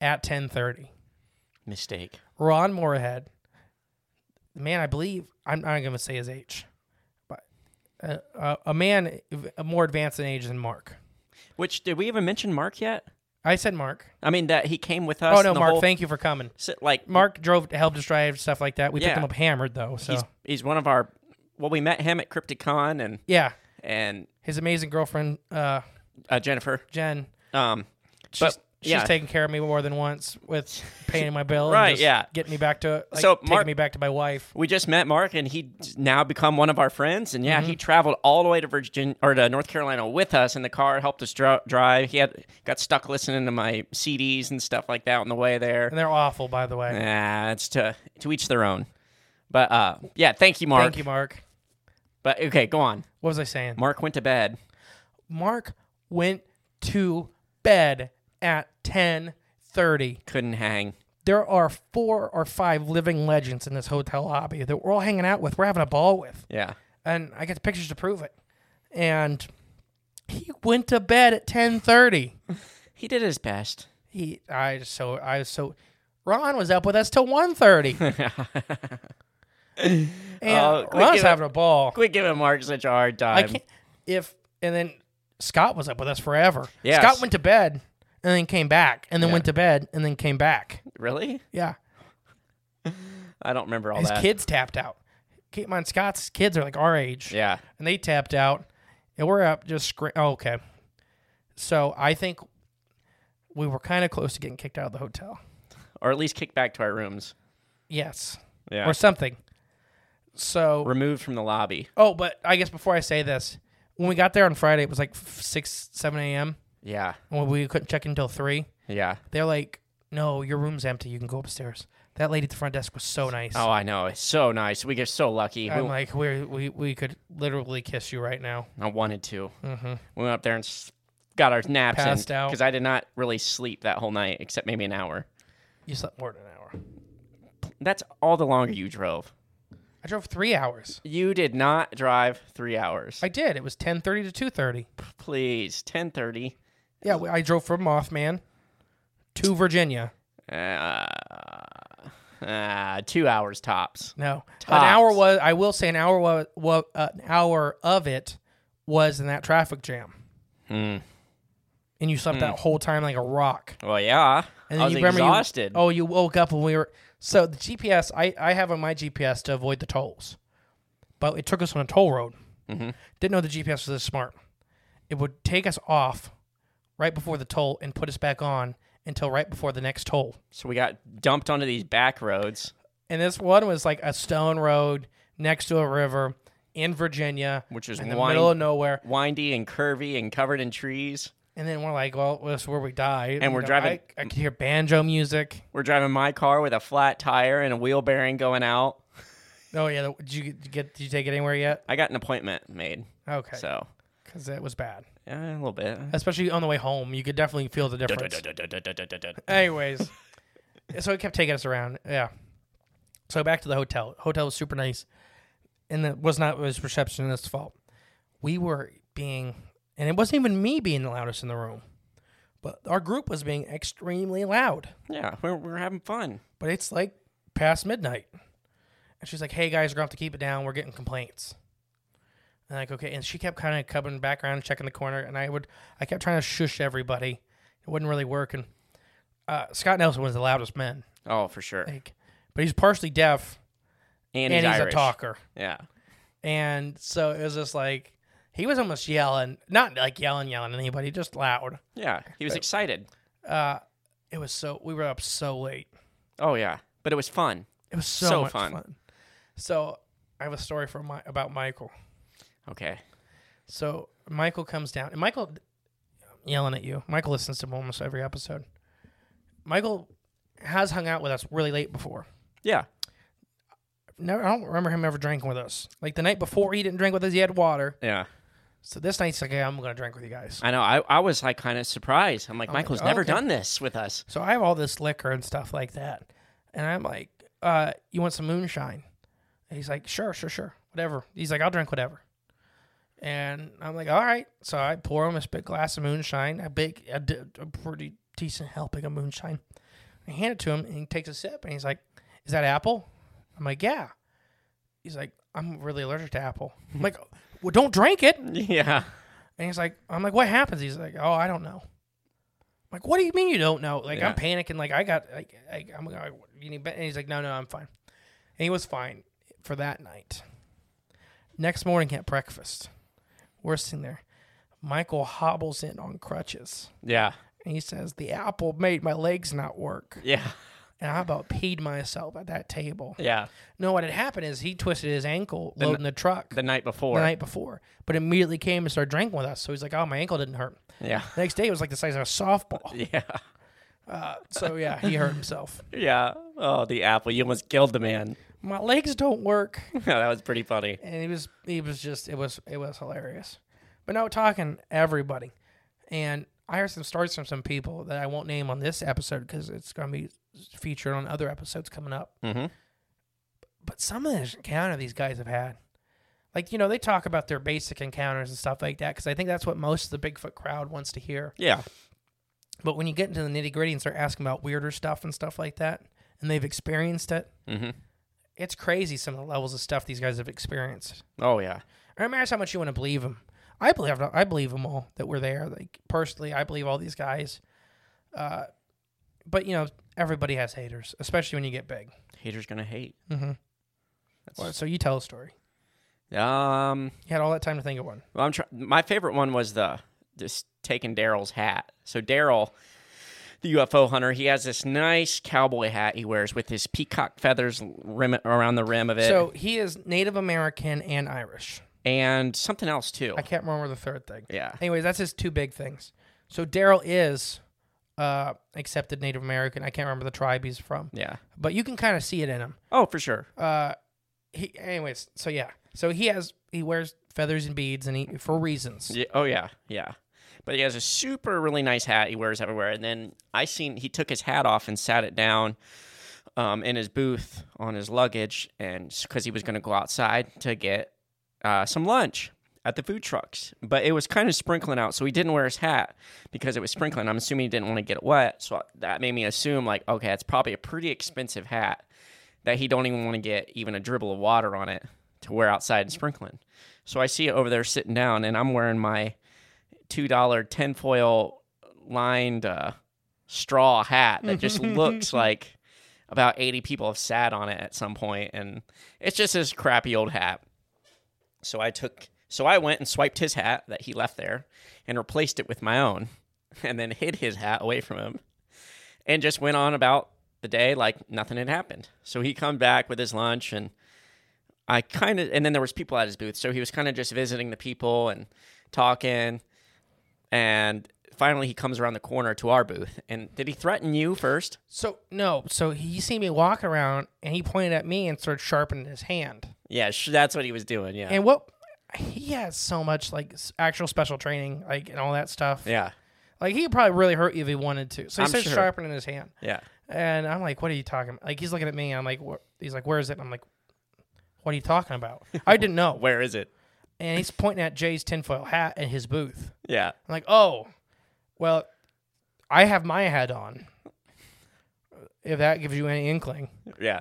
S2: at 10:30.
S1: Mistake.
S2: Ron Moorhead, the man, I believe I'm not going to say his age, but uh, uh, a man more advanced in age than Mark.
S1: Which did we even mention Mark yet?
S2: I said Mark.
S1: I mean that he came with us.
S2: Oh no,
S1: and the
S2: Mark!
S1: whole-
S2: Thank you for coming.
S1: si- like
S2: Mark drove helped us drive stuff like that. We picked
S1: Yeah.
S2: him up hammered though. So
S1: He's he's one of our. Well, we met him at Crypticon and
S2: yeah,
S1: and
S2: his amazing girlfriend uh,
S1: uh, Jennifer.
S2: Jen.
S1: Um,
S2: She's,
S1: but
S2: she's
S1: yeah.
S2: taken care of me more than once with paying my bill.
S1: Right,
S2: And just
S1: yeah.
S2: Getting me back to like,
S1: So,
S2: taking
S1: Mark-
S2: me back to my wife.
S1: we just met Mark, and he's now become one of our friends. And yeah,
S2: Mm-hmm.
S1: he traveled all the way to Virginia or to North Carolina with us in the car, helped us dri- drive. He had got stuck listening to my CDs and stuff like that on the way there.
S2: And they're awful, by the way.
S1: Nah, it's to to each their own. But uh, yeah, thank you, Mark.
S2: Thank you, Mark.
S1: But okay, go on.
S2: What was I saying?
S1: Mark went to bed.
S2: Mark went to bed at ten thirty.
S1: Couldn't hang.
S2: There are four or five living legends in this hotel lobby that we're all hanging out with. We're having a ball with.
S1: Yeah.
S2: and I got the pictures to prove it. And he went to bed at ten thirty.
S1: He did his best.
S2: He, I just so I was so. Ron was up with us till 1.30. and
S1: Oh, quick,
S2: Ron's
S1: give it-
S2: having a ball.
S1: Quit giving Mark such a hard
S2: I
S1: time.
S2: can't if and then Scott was up with us forever.
S1: Yes.
S2: Scott went to bed and then came back and then
S1: Yeah.
S2: went to bed and then came back.
S1: Really?
S2: Yeah,
S1: I don't remember all
S2: his
S1: that.
S2: kids tapped out. Keep in mind, Scott's kids are like our age.
S1: Yeah.
S2: and they tapped out, and we're up just scream. Oh, okay, so I think we were kind of close to getting kicked out of the hotel.
S1: Or at least kicked back to our rooms.
S2: Yes,
S1: Yeah.
S2: or something. So
S1: Removed from the lobby.
S2: oh, but I guess before I say this, when we got there on Friday, it was like f- six, seven a.m.
S1: Yeah.
S2: and we couldn't check in until three.
S1: Yeah.
S2: They're like, "No, your room's empty. You can go upstairs." That lady at the front desk was so nice.
S1: Oh, I know. It's so nice. We get so lucky.
S2: I'm
S1: We,
S2: like, we we we could literally kiss you right now.
S1: I wanted to. We went up there and s- got our naps
S2: Mm-hmm. Passed out.
S1: because I did not really sleep that whole night except maybe an hour.
S2: You slept more than an hour.
S1: That's all the longer you drove.
S2: I drove three hours.
S1: You did not drive three hours.
S2: I did. It was ten thirty to two thirty.
S1: Please, ten thirty.
S2: Yeah, we- I drove from Mothman to Virginia.
S1: Uh, uh, two hours tops.
S2: No,
S1: Tops.
S2: an hour was. I will say an hour was. wa uh, an hour of it was in that traffic jam.
S1: Hmm.
S2: And you slept that whole time like a rock.
S1: Well, yeah.
S2: And
S1: Hmm. I was
S2: you remember you-
S1: exhausted.
S2: oh, you woke up when we were. So the GPS, I I have on my GPS to avoid the tolls, but it took us
S1: Mm-hmm.
S2: on a toll road. Didn't know the GPS was this smart. It would take us off right before the toll and put us back on until right before the next toll.
S1: So we got dumped onto these back roads,
S2: And this one was like a stone road next to a river in Virginia,
S1: Which is
S2: in the
S1: wind-
S2: middle of nowhere.
S1: windy and curvy and covered in trees.
S2: And then we're like, well, that's where we die.
S1: And we're
S2: You know,
S1: driving-
S2: I, I could hear banjo music.
S1: We're driving my car with a flat tire and a wheel bearing going out.
S2: Oh yeah, the- did you get- did you get? Did you take it anywhere yet?
S1: I got an appointment made,
S2: Okay,
S1: so
S2: because that was bad,
S1: yeah, a little bit.
S2: especially on the way home. You could definitely feel the difference. Anyways, so it kept taking us around. Yeah. So back to the hotel. Hotel was super nice, and that was not his receptionist's fault. We were being, and it wasn't even me being the loudest in the room, but our group was being extremely loud.
S1: Yeah, we're, we're having fun.
S2: But it's like past midnight, and she's like, "Hey guys, we're gonna have to keep it down. We're getting complaints." And like, okay, and she kept kind of coming back around, checking the corner, and I would, I kept trying to shush everybody. It wasn't really working. Uh, Scott Nelson was the loudest man.
S1: Oh, for sure.
S2: Like, but he's partially deaf
S1: And,
S2: and,
S1: he's,
S2: he's, a
S1: Irish.
S2: talker.
S1: Yeah,
S2: And so it was just like he was almost yelling, not like yelling, yelling at anybody, just loud.
S1: yeah. He was excited.
S2: It was so we were up so late.
S1: Oh yeah, but it was fun.
S2: It was so,
S1: So
S2: much
S1: fun.
S2: fun. So I have a story for my about Michael.
S1: Okay.
S2: So Michael comes down, and Michael yelling at you. Michael listens to almost every episode. Michael has hung out with us really late before.
S1: Yeah.
S2: Never, I don't remember him ever drinking with us. Like the night before, he didn't drink with us. He had water.
S1: Yeah.
S2: So this night, he's like, "Hey, I'm gonna drink with you guys."
S1: I know. I, I was like kind of surprised. I'm like, Michael's
S2: oh,
S1: never
S2: okay.
S1: done this with us.
S2: So I have all this liquor and stuff like that. And I'm like, uh, you want some moonshine? And he's like, sure, sure, sure. Whatever. He's like, I'll drink whatever. And I'm like, all right. So I pour him this big glass of moonshine, a big, a, d- a pretty decent helping of moonshine. I hand it to him and he takes a sip and he's like, is that apple? I'm like, yeah. He's like, I'm really allergic to apple. I'm like, well, don't drink it.
S1: Yeah.
S2: And he's like, I'm like, what happens? He's like, oh, I don't know. I'm like, what do you mean you don't know? Like, I'm panicking. Like, I got, like, I, I'm, I, you need, be-" and he's like, no, no, I'm fine. And he was fine for that night. Next morning at breakfast, we're sitting there. Michael hobbles in on crutches.
S1: Yeah.
S2: And he says, the apple made my legs not work.
S1: Yeah.
S2: And I about peed myself at that table.
S1: Yeah.
S2: No, what had happened is he twisted his ankle loading the truck
S1: The night before.
S2: the night before, but immediately came and started drinking with us. So he's like, "Oh, my ankle didn't hurt."
S1: Yeah.
S2: The next day, it was like the size of a softball.
S1: Yeah.
S2: So yeah, he hurt himself.
S1: Yeah. Oh, the apple. You almost killed the man.
S2: My legs don't work,
S1: that was pretty funny.
S2: and he was he was just it was it was hilarious. But now talking to everybody, and I heard some stories from some people that I won't name on this episode because it's going to be featured on other episodes coming up.
S1: Mhm.
S2: But some of the encounter these guys have had. Like, you know, they talk about their basic encounters and stuff like that because I think that's what most of the Bigfoot crowd wants to hear.
S1: Yeah.
S2: But when you get into the nitty gritty and start asking about weirder stuff and stuff like that, and they've experienced it,
S1: Mhm.
S2: it's crazy some of the levels of stuff these guys have experienced.
S1: Oh yeah.
S2: It matters how much you want to believe them. I believe I believe them all that were there. Like personally, I believe all these guys. Uh, but you know, everybody has haters, especially when you get big.
S1: Haters gonna hate.
S2: Well, so you tell a story.
S1: Um.
S2: You had all that time to think of one.
S1: Well, I'm try- my favorite one was the just taking Daryl's hat. So Daryl, the UFO hunter, he has this nice cowboy hat he wears with his peacock feathers rim- around the rim of it,
S2: So he is Native American and Irish.
S1: and something else too.
S2: I can't remember the third thing.
S1: Yeah.
S2: Anyways, that's his two big things. So Daryl is uh, accepted Native American. I can't remember the tribe he's from,
S1: Yeah.
S2: but you can kind of see it in him.
S1: Oh, for sure.
S2: Uh, he, anyways, so yeah, so he has he wears feathers and beads, and he for reasons.
S1: Yeah, oh yeah, yeah. But he has a super really nice hat he wears everywhere. And then I seen he took his hat off and sat it down um, in his booth on his luggage, and because he was going to go outside to get uh, some lunch at the food trucks. But it was kind of sprinkling out, so he didn't wear his hat because it was sprinkling. I'm assuming he didn't want to get it wet, so that made me assume like, okay, it's probably a pretty expensive hat that he don't even want to get even a dribble of water on it to wear outside and sprinkling. So I see it over there sitting down, and I'm wearing my two dollar tinfoil lined uh, straw hat that just looks like about eighty people have sat on it at some point, and it's just this crappy old hat. So I took, so I went and swiped his hat that he left there, and replaced it with my own. and then hid his hat away from him and just went on about the day like nothing had happened. So he come back with his lunch and I kind of and then there was people at his booth, so he was kind of just visiting the people and talking. And finally, he comes around the corner to our booth. And did he threaten you first?
S2: So no, so he seen me walk around and he pointed at me and started sharpening his hand.
S1: Yeah, sh- that's what he was doing. Yeah,
S2: And what he has so much like s- actual special training, like and all that stuff.
S1: yeah,
S2: Like he could probably really hurt you if he wanted to. So he
S1: I'm
S2: starts
S1: sure.
S2: sharpening his hand.
S1: yeah.
S2: And I'm like, what are you talking about? Like he's looking at me and I'm like, wh- he's like, where is it? And I'm like, what are you talking about? I didn't know.
S1: Where is it?
S2: And he's pointing at Jay's tinfoil hat in his booth.
S1: Yeah,
S2: I'm like, oh, well, I have my hat on. If that gives you any inkling.
S1: yeah.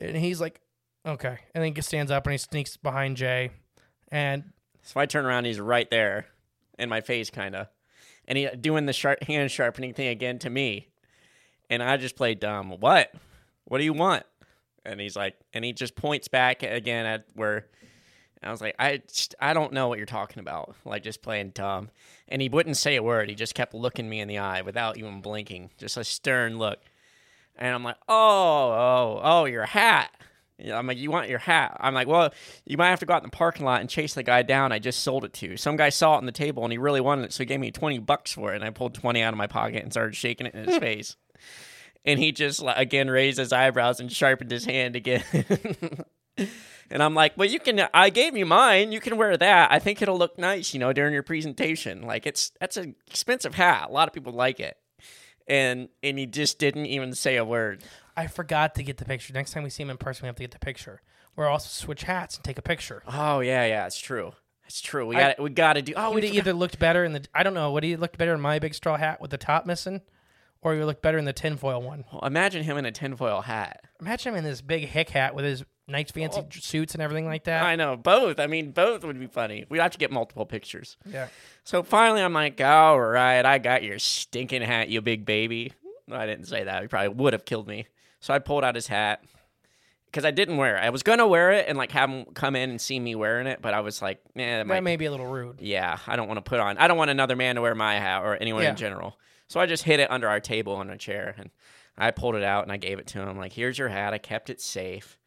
S2: And he's like, okay. And then he stands up and he sneaks behind Jay. And
S1: So I turn around, he's right there in my face, kind of, and he doing the sharp hand sharpening thing again to me, and I just play dumb. What? What do you want? And he's like, and he just points back again at where. I was like, I, just- I don't know what you're talking about. Like just playing dumb, and he wouldn't say a word. He just kept looking me in the eye without even blinking, just a stern look. And I'm like, oh, oh, oh, your hat. Yeah, I'm like, you want your hat? I'm like, well, you might have to go out in the parking lot and chase the guy down. I just sold it to you. Some guy saw it on the table and he really wanted it, so he gave me 20 bucks for it. And I pulled 20 out of my pocket and started shaking it in his face. And he just like, again raised his eyebrows and sharpened his hand again. and I'm like, well, you can. I gave you mine. You can wear that. I think it'll look nice, you know, during your presentation. Like it's that's an expensive hat. A lot of people like it. And and he just didn't even say a word.
S2: I forgot to get the picture. Next time we see him in person, we have to get the picture. We're also switch hats and take a picture.
S1: Oh yeah, yeah, it's true. It's true. We
S2: I-
S1: got we got to do.
S2: He
S1: Oh, we
S2: would
S1: forgot.
S2: either looked better in the I don't know, would he looked better in my big straw hat with the top missing? Or he would look better in the tinfoil one.
S1: Well, imagine him in a tinfoil hat.
S2: Imagine him in this big hick hat with his nice
S1: Oh.
S2: fancy j- suits and everything like that.
S1: I know both. I mean, both would be funny. We'd have to get multiple pictures.
S2: yeah.
S1: So finally, I'm like, all right, I got your stinking hat, you big baby. No, I didn't say that. He probably would have killed me. So I pulled out his hat because I didn't wear it. I was gonna wear it and like have him come in and see me wearing it, but I was like, man, that might
S2: That may be a little rude.
S1: yeah, I don't want to put on. I don't want another man to wear my hat or anyone
S2: Yeah.
S1: in general. So I just hid it under our table on a chair, and I pulled it out and I gave it to him. Like, here's your hat. I kept it safe.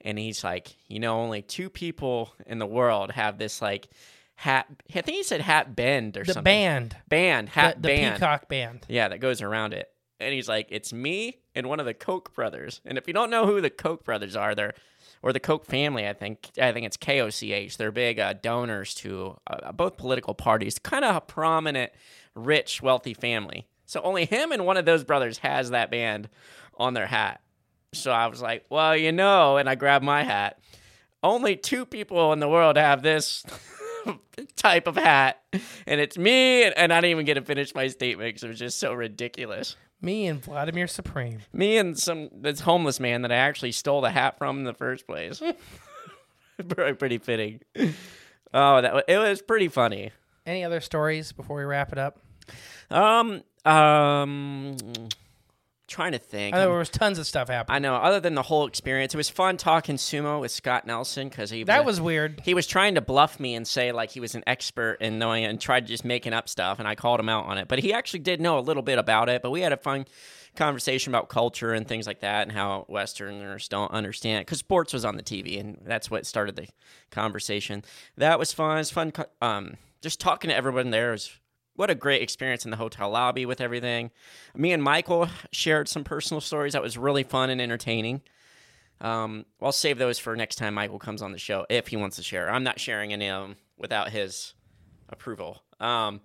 S1: And he's like, you know, only two people in the world have this like hat. I think he said hat bend or
S2: The
S1: something.
S2: band.
S1: band, hat
S2: the the
S1: band.
S2: peacock band.
S1: Yeah, that goes around it. And he's like, it's me and one of the Koch brothers. And if you don't know who the Koch brothers are, they're or the Koch family, I think. I think it's K O C H. They're big uh, donors to uh, both political parties. Kind of a prominent, rich, wealthy family. So only him and one of those brothers has that band on their hat. So I was like, well, you know, and I grabbed my hat. Only two people in the world have this type of hat, and it's me. And, and I didn't even get to finish my statement because it was just so ridiculous.
S2: Me and Vladimir Supreme.
S1: Me and some this homeless man that I actually stole the hat from in the first place. pretty, pretty fitting. Oh, that wa- it was pretty funny.
S2: Any other stories before we wrap it up?
S1: Um, um, trying to think.
S2: I know there was tons of stuff happening.
S1: I know. Other than the whole experience, it was fun talking sumo with Scott Nelson because he
S2: that was weird.
S1: he was trying to bluff me and say like he was an expert in knowing and tried just making up stuff, and I called him out on it. But he actually did know a little bit about it. But we had a fun conversation about culture and things like that, and how Westerners don't understand because sports was on the TV, and that's what started the conversation. That was fun. It's fun. co- Um, just talking to everyone there was what a great experience in the hotel lobby with everything. Me and Michael shared some personal stories that was really fun and entertaining. Um, I'll save those for next time Michael comes on the show if he wants to share. I'm not sharing any of them without his approval. Um,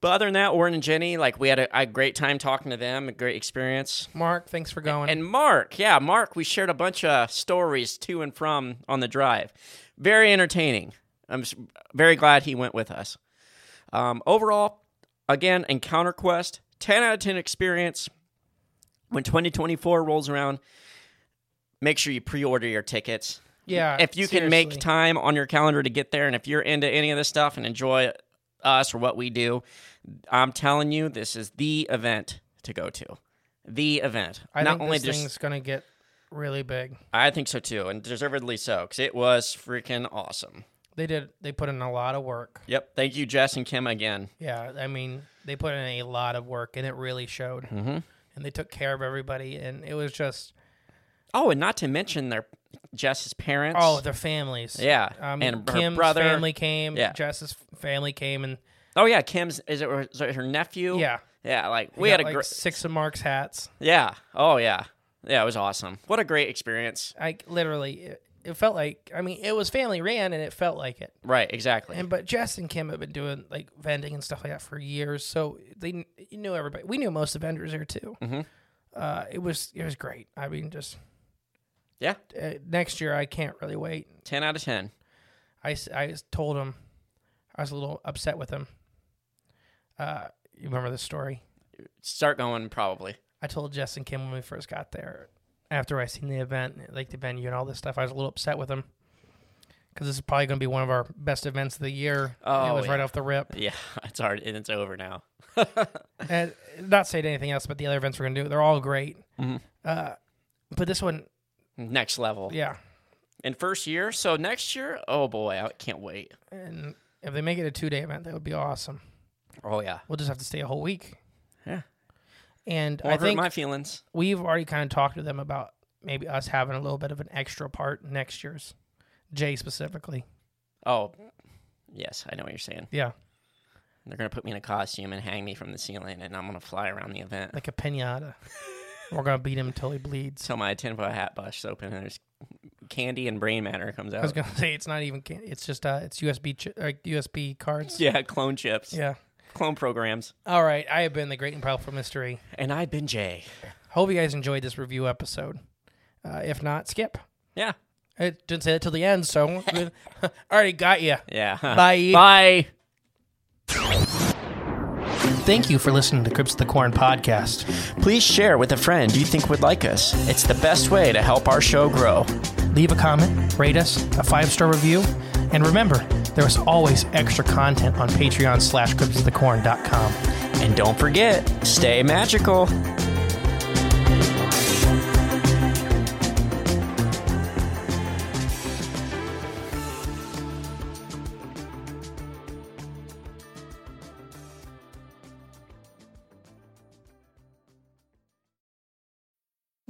S1: but other than that, Warren and Jenny, like we had a, a great time talking to them, a great experience.
S2: Mark, thanks for going.
S1: And Mark, yeah, Mark, we shared a bunch of stories to and from on the drive. Very entertaining. I'm s- very glad he went with us. Um, overall, again, Encounter Quest, 10 out of 10 experience. When 2024 rolls around, make sure you pre order your tickets.
S2: yeah.
S1: If you can make
S2: Uh, seriously.
S1: time on your calendar to get there, and if you're into any of this stuff and enjoy us or what we do, I'm telling you, this is the event to go to. The event.
S2: I
S1: Not
S2: think
S1: only
S2: this
S1: just,
S2: thing's gonna get really big.
S1: I think so too, and deservedly so, because it was freaking awesome.
S2: They did. They put in a lot of work.
S1: Yep. Thank you, Jess and Kim, again.
S2: Yeah, I mean, they put in a lot of work, and it really showed. Mm-hmm. And they took care of everybody, and it was just
S1: Oh, and not to mention their Jess's parents.
S2: oh, their families.
S1: Yeah,
S2: um,
S1: and her
S2: Kim's
S1: brother.
S2: family came.
S1: Yeah.
S2: Jess's family came, and
S1: oh yeah, Kim's is it, is it her nephew?
S2: Yeah.
S1: yeah. Like
S2: they
S1: we had
S2: got,
S1: a
S2: like
S1: great
S2: six of Mark's hats.
S1: yeah. Oh yeah, yeah. It was awesome. What a great experience.
S2: Like literally, it, it felt like I mean, it was family ran, and it felt like it.
S1: Right. Exactly.
S2: And but Jess and Kim have been doing like vending and stuff like that for years, so they kn- you knew everybody. We knew most of the vendors there too.
S1: Mm-hmm.
S2: Uh, it was it was great. I mean, just
S1: yeah.
S2: uh, next year I can't really wait.
S1: Ten out of ten.
S2: I, s- I s- told him I was a little upset with him. Uh, you remember this story?
S1: Start going probably.
S2: I told Jess and Kim when we first got there, after I seen the event, like the venue and all this stuff, I was a little upset with him because this is probably going to be one of our best events of the year. and it
S1: Oh,
S2: was right
S1: yeah.
S2: off the rip.
S1: Yeah. It's hard. and It's over now.
S2: and not saying anything else, but the other events we're going to do, they're all great.
S1: Mm-hmm.
S2: Uh, but this one,
S1: Next level.
S2: yeah.
S1: And first year. So next year. Oh boy, I can't wait.
S2: And if they make it a two day event, that would be awesome.
S1: Oh yeah.
S2: We'll just have to stay a whole week.
S1: Yeah.
S2: And I
S1: Won't hurt
S2: think
S1: my feelings.
S2: we've already kind of talked to them about maybe us having a little bit of an extra part next year's jay specifically
S1: Oh. Yes, I know what you're saying.
S2: yeah
S1: They're gonna put me in a costume and hang me from the ceiling, and I'm gonna fly around the event
S2: like a piñata we're gonna beat him until he bleeds
S1: until my tin foil hat busts open and there's candy and brain matter comes
S2: i was
S1: out.
S2: gonna say it's not even can- it's just uh it's usb ch- like usb cards
S1: Yeah, clone chips,
S2: yeah
S1: clone programs.
S2: all right i have been the great and powerful mystery
S1: And I've been Jay.
S2: hope you guys enjoyed this review episode uh, if not skip
S1: Yeah,
S2: i didn't say that till the end so already got you
S1: yeah.
S2: Bye.
S1: Bye.
S2: thank you for listening to grips of the corn podcast
S4: Please share with a friend you think would like us. It's the best way to help our show grow.
S2: leave a comment, rate us, a five star review, and remember, there is always extra content on Patreon slash gripsofthecorn.com.
S4: And don't forget, stay magical.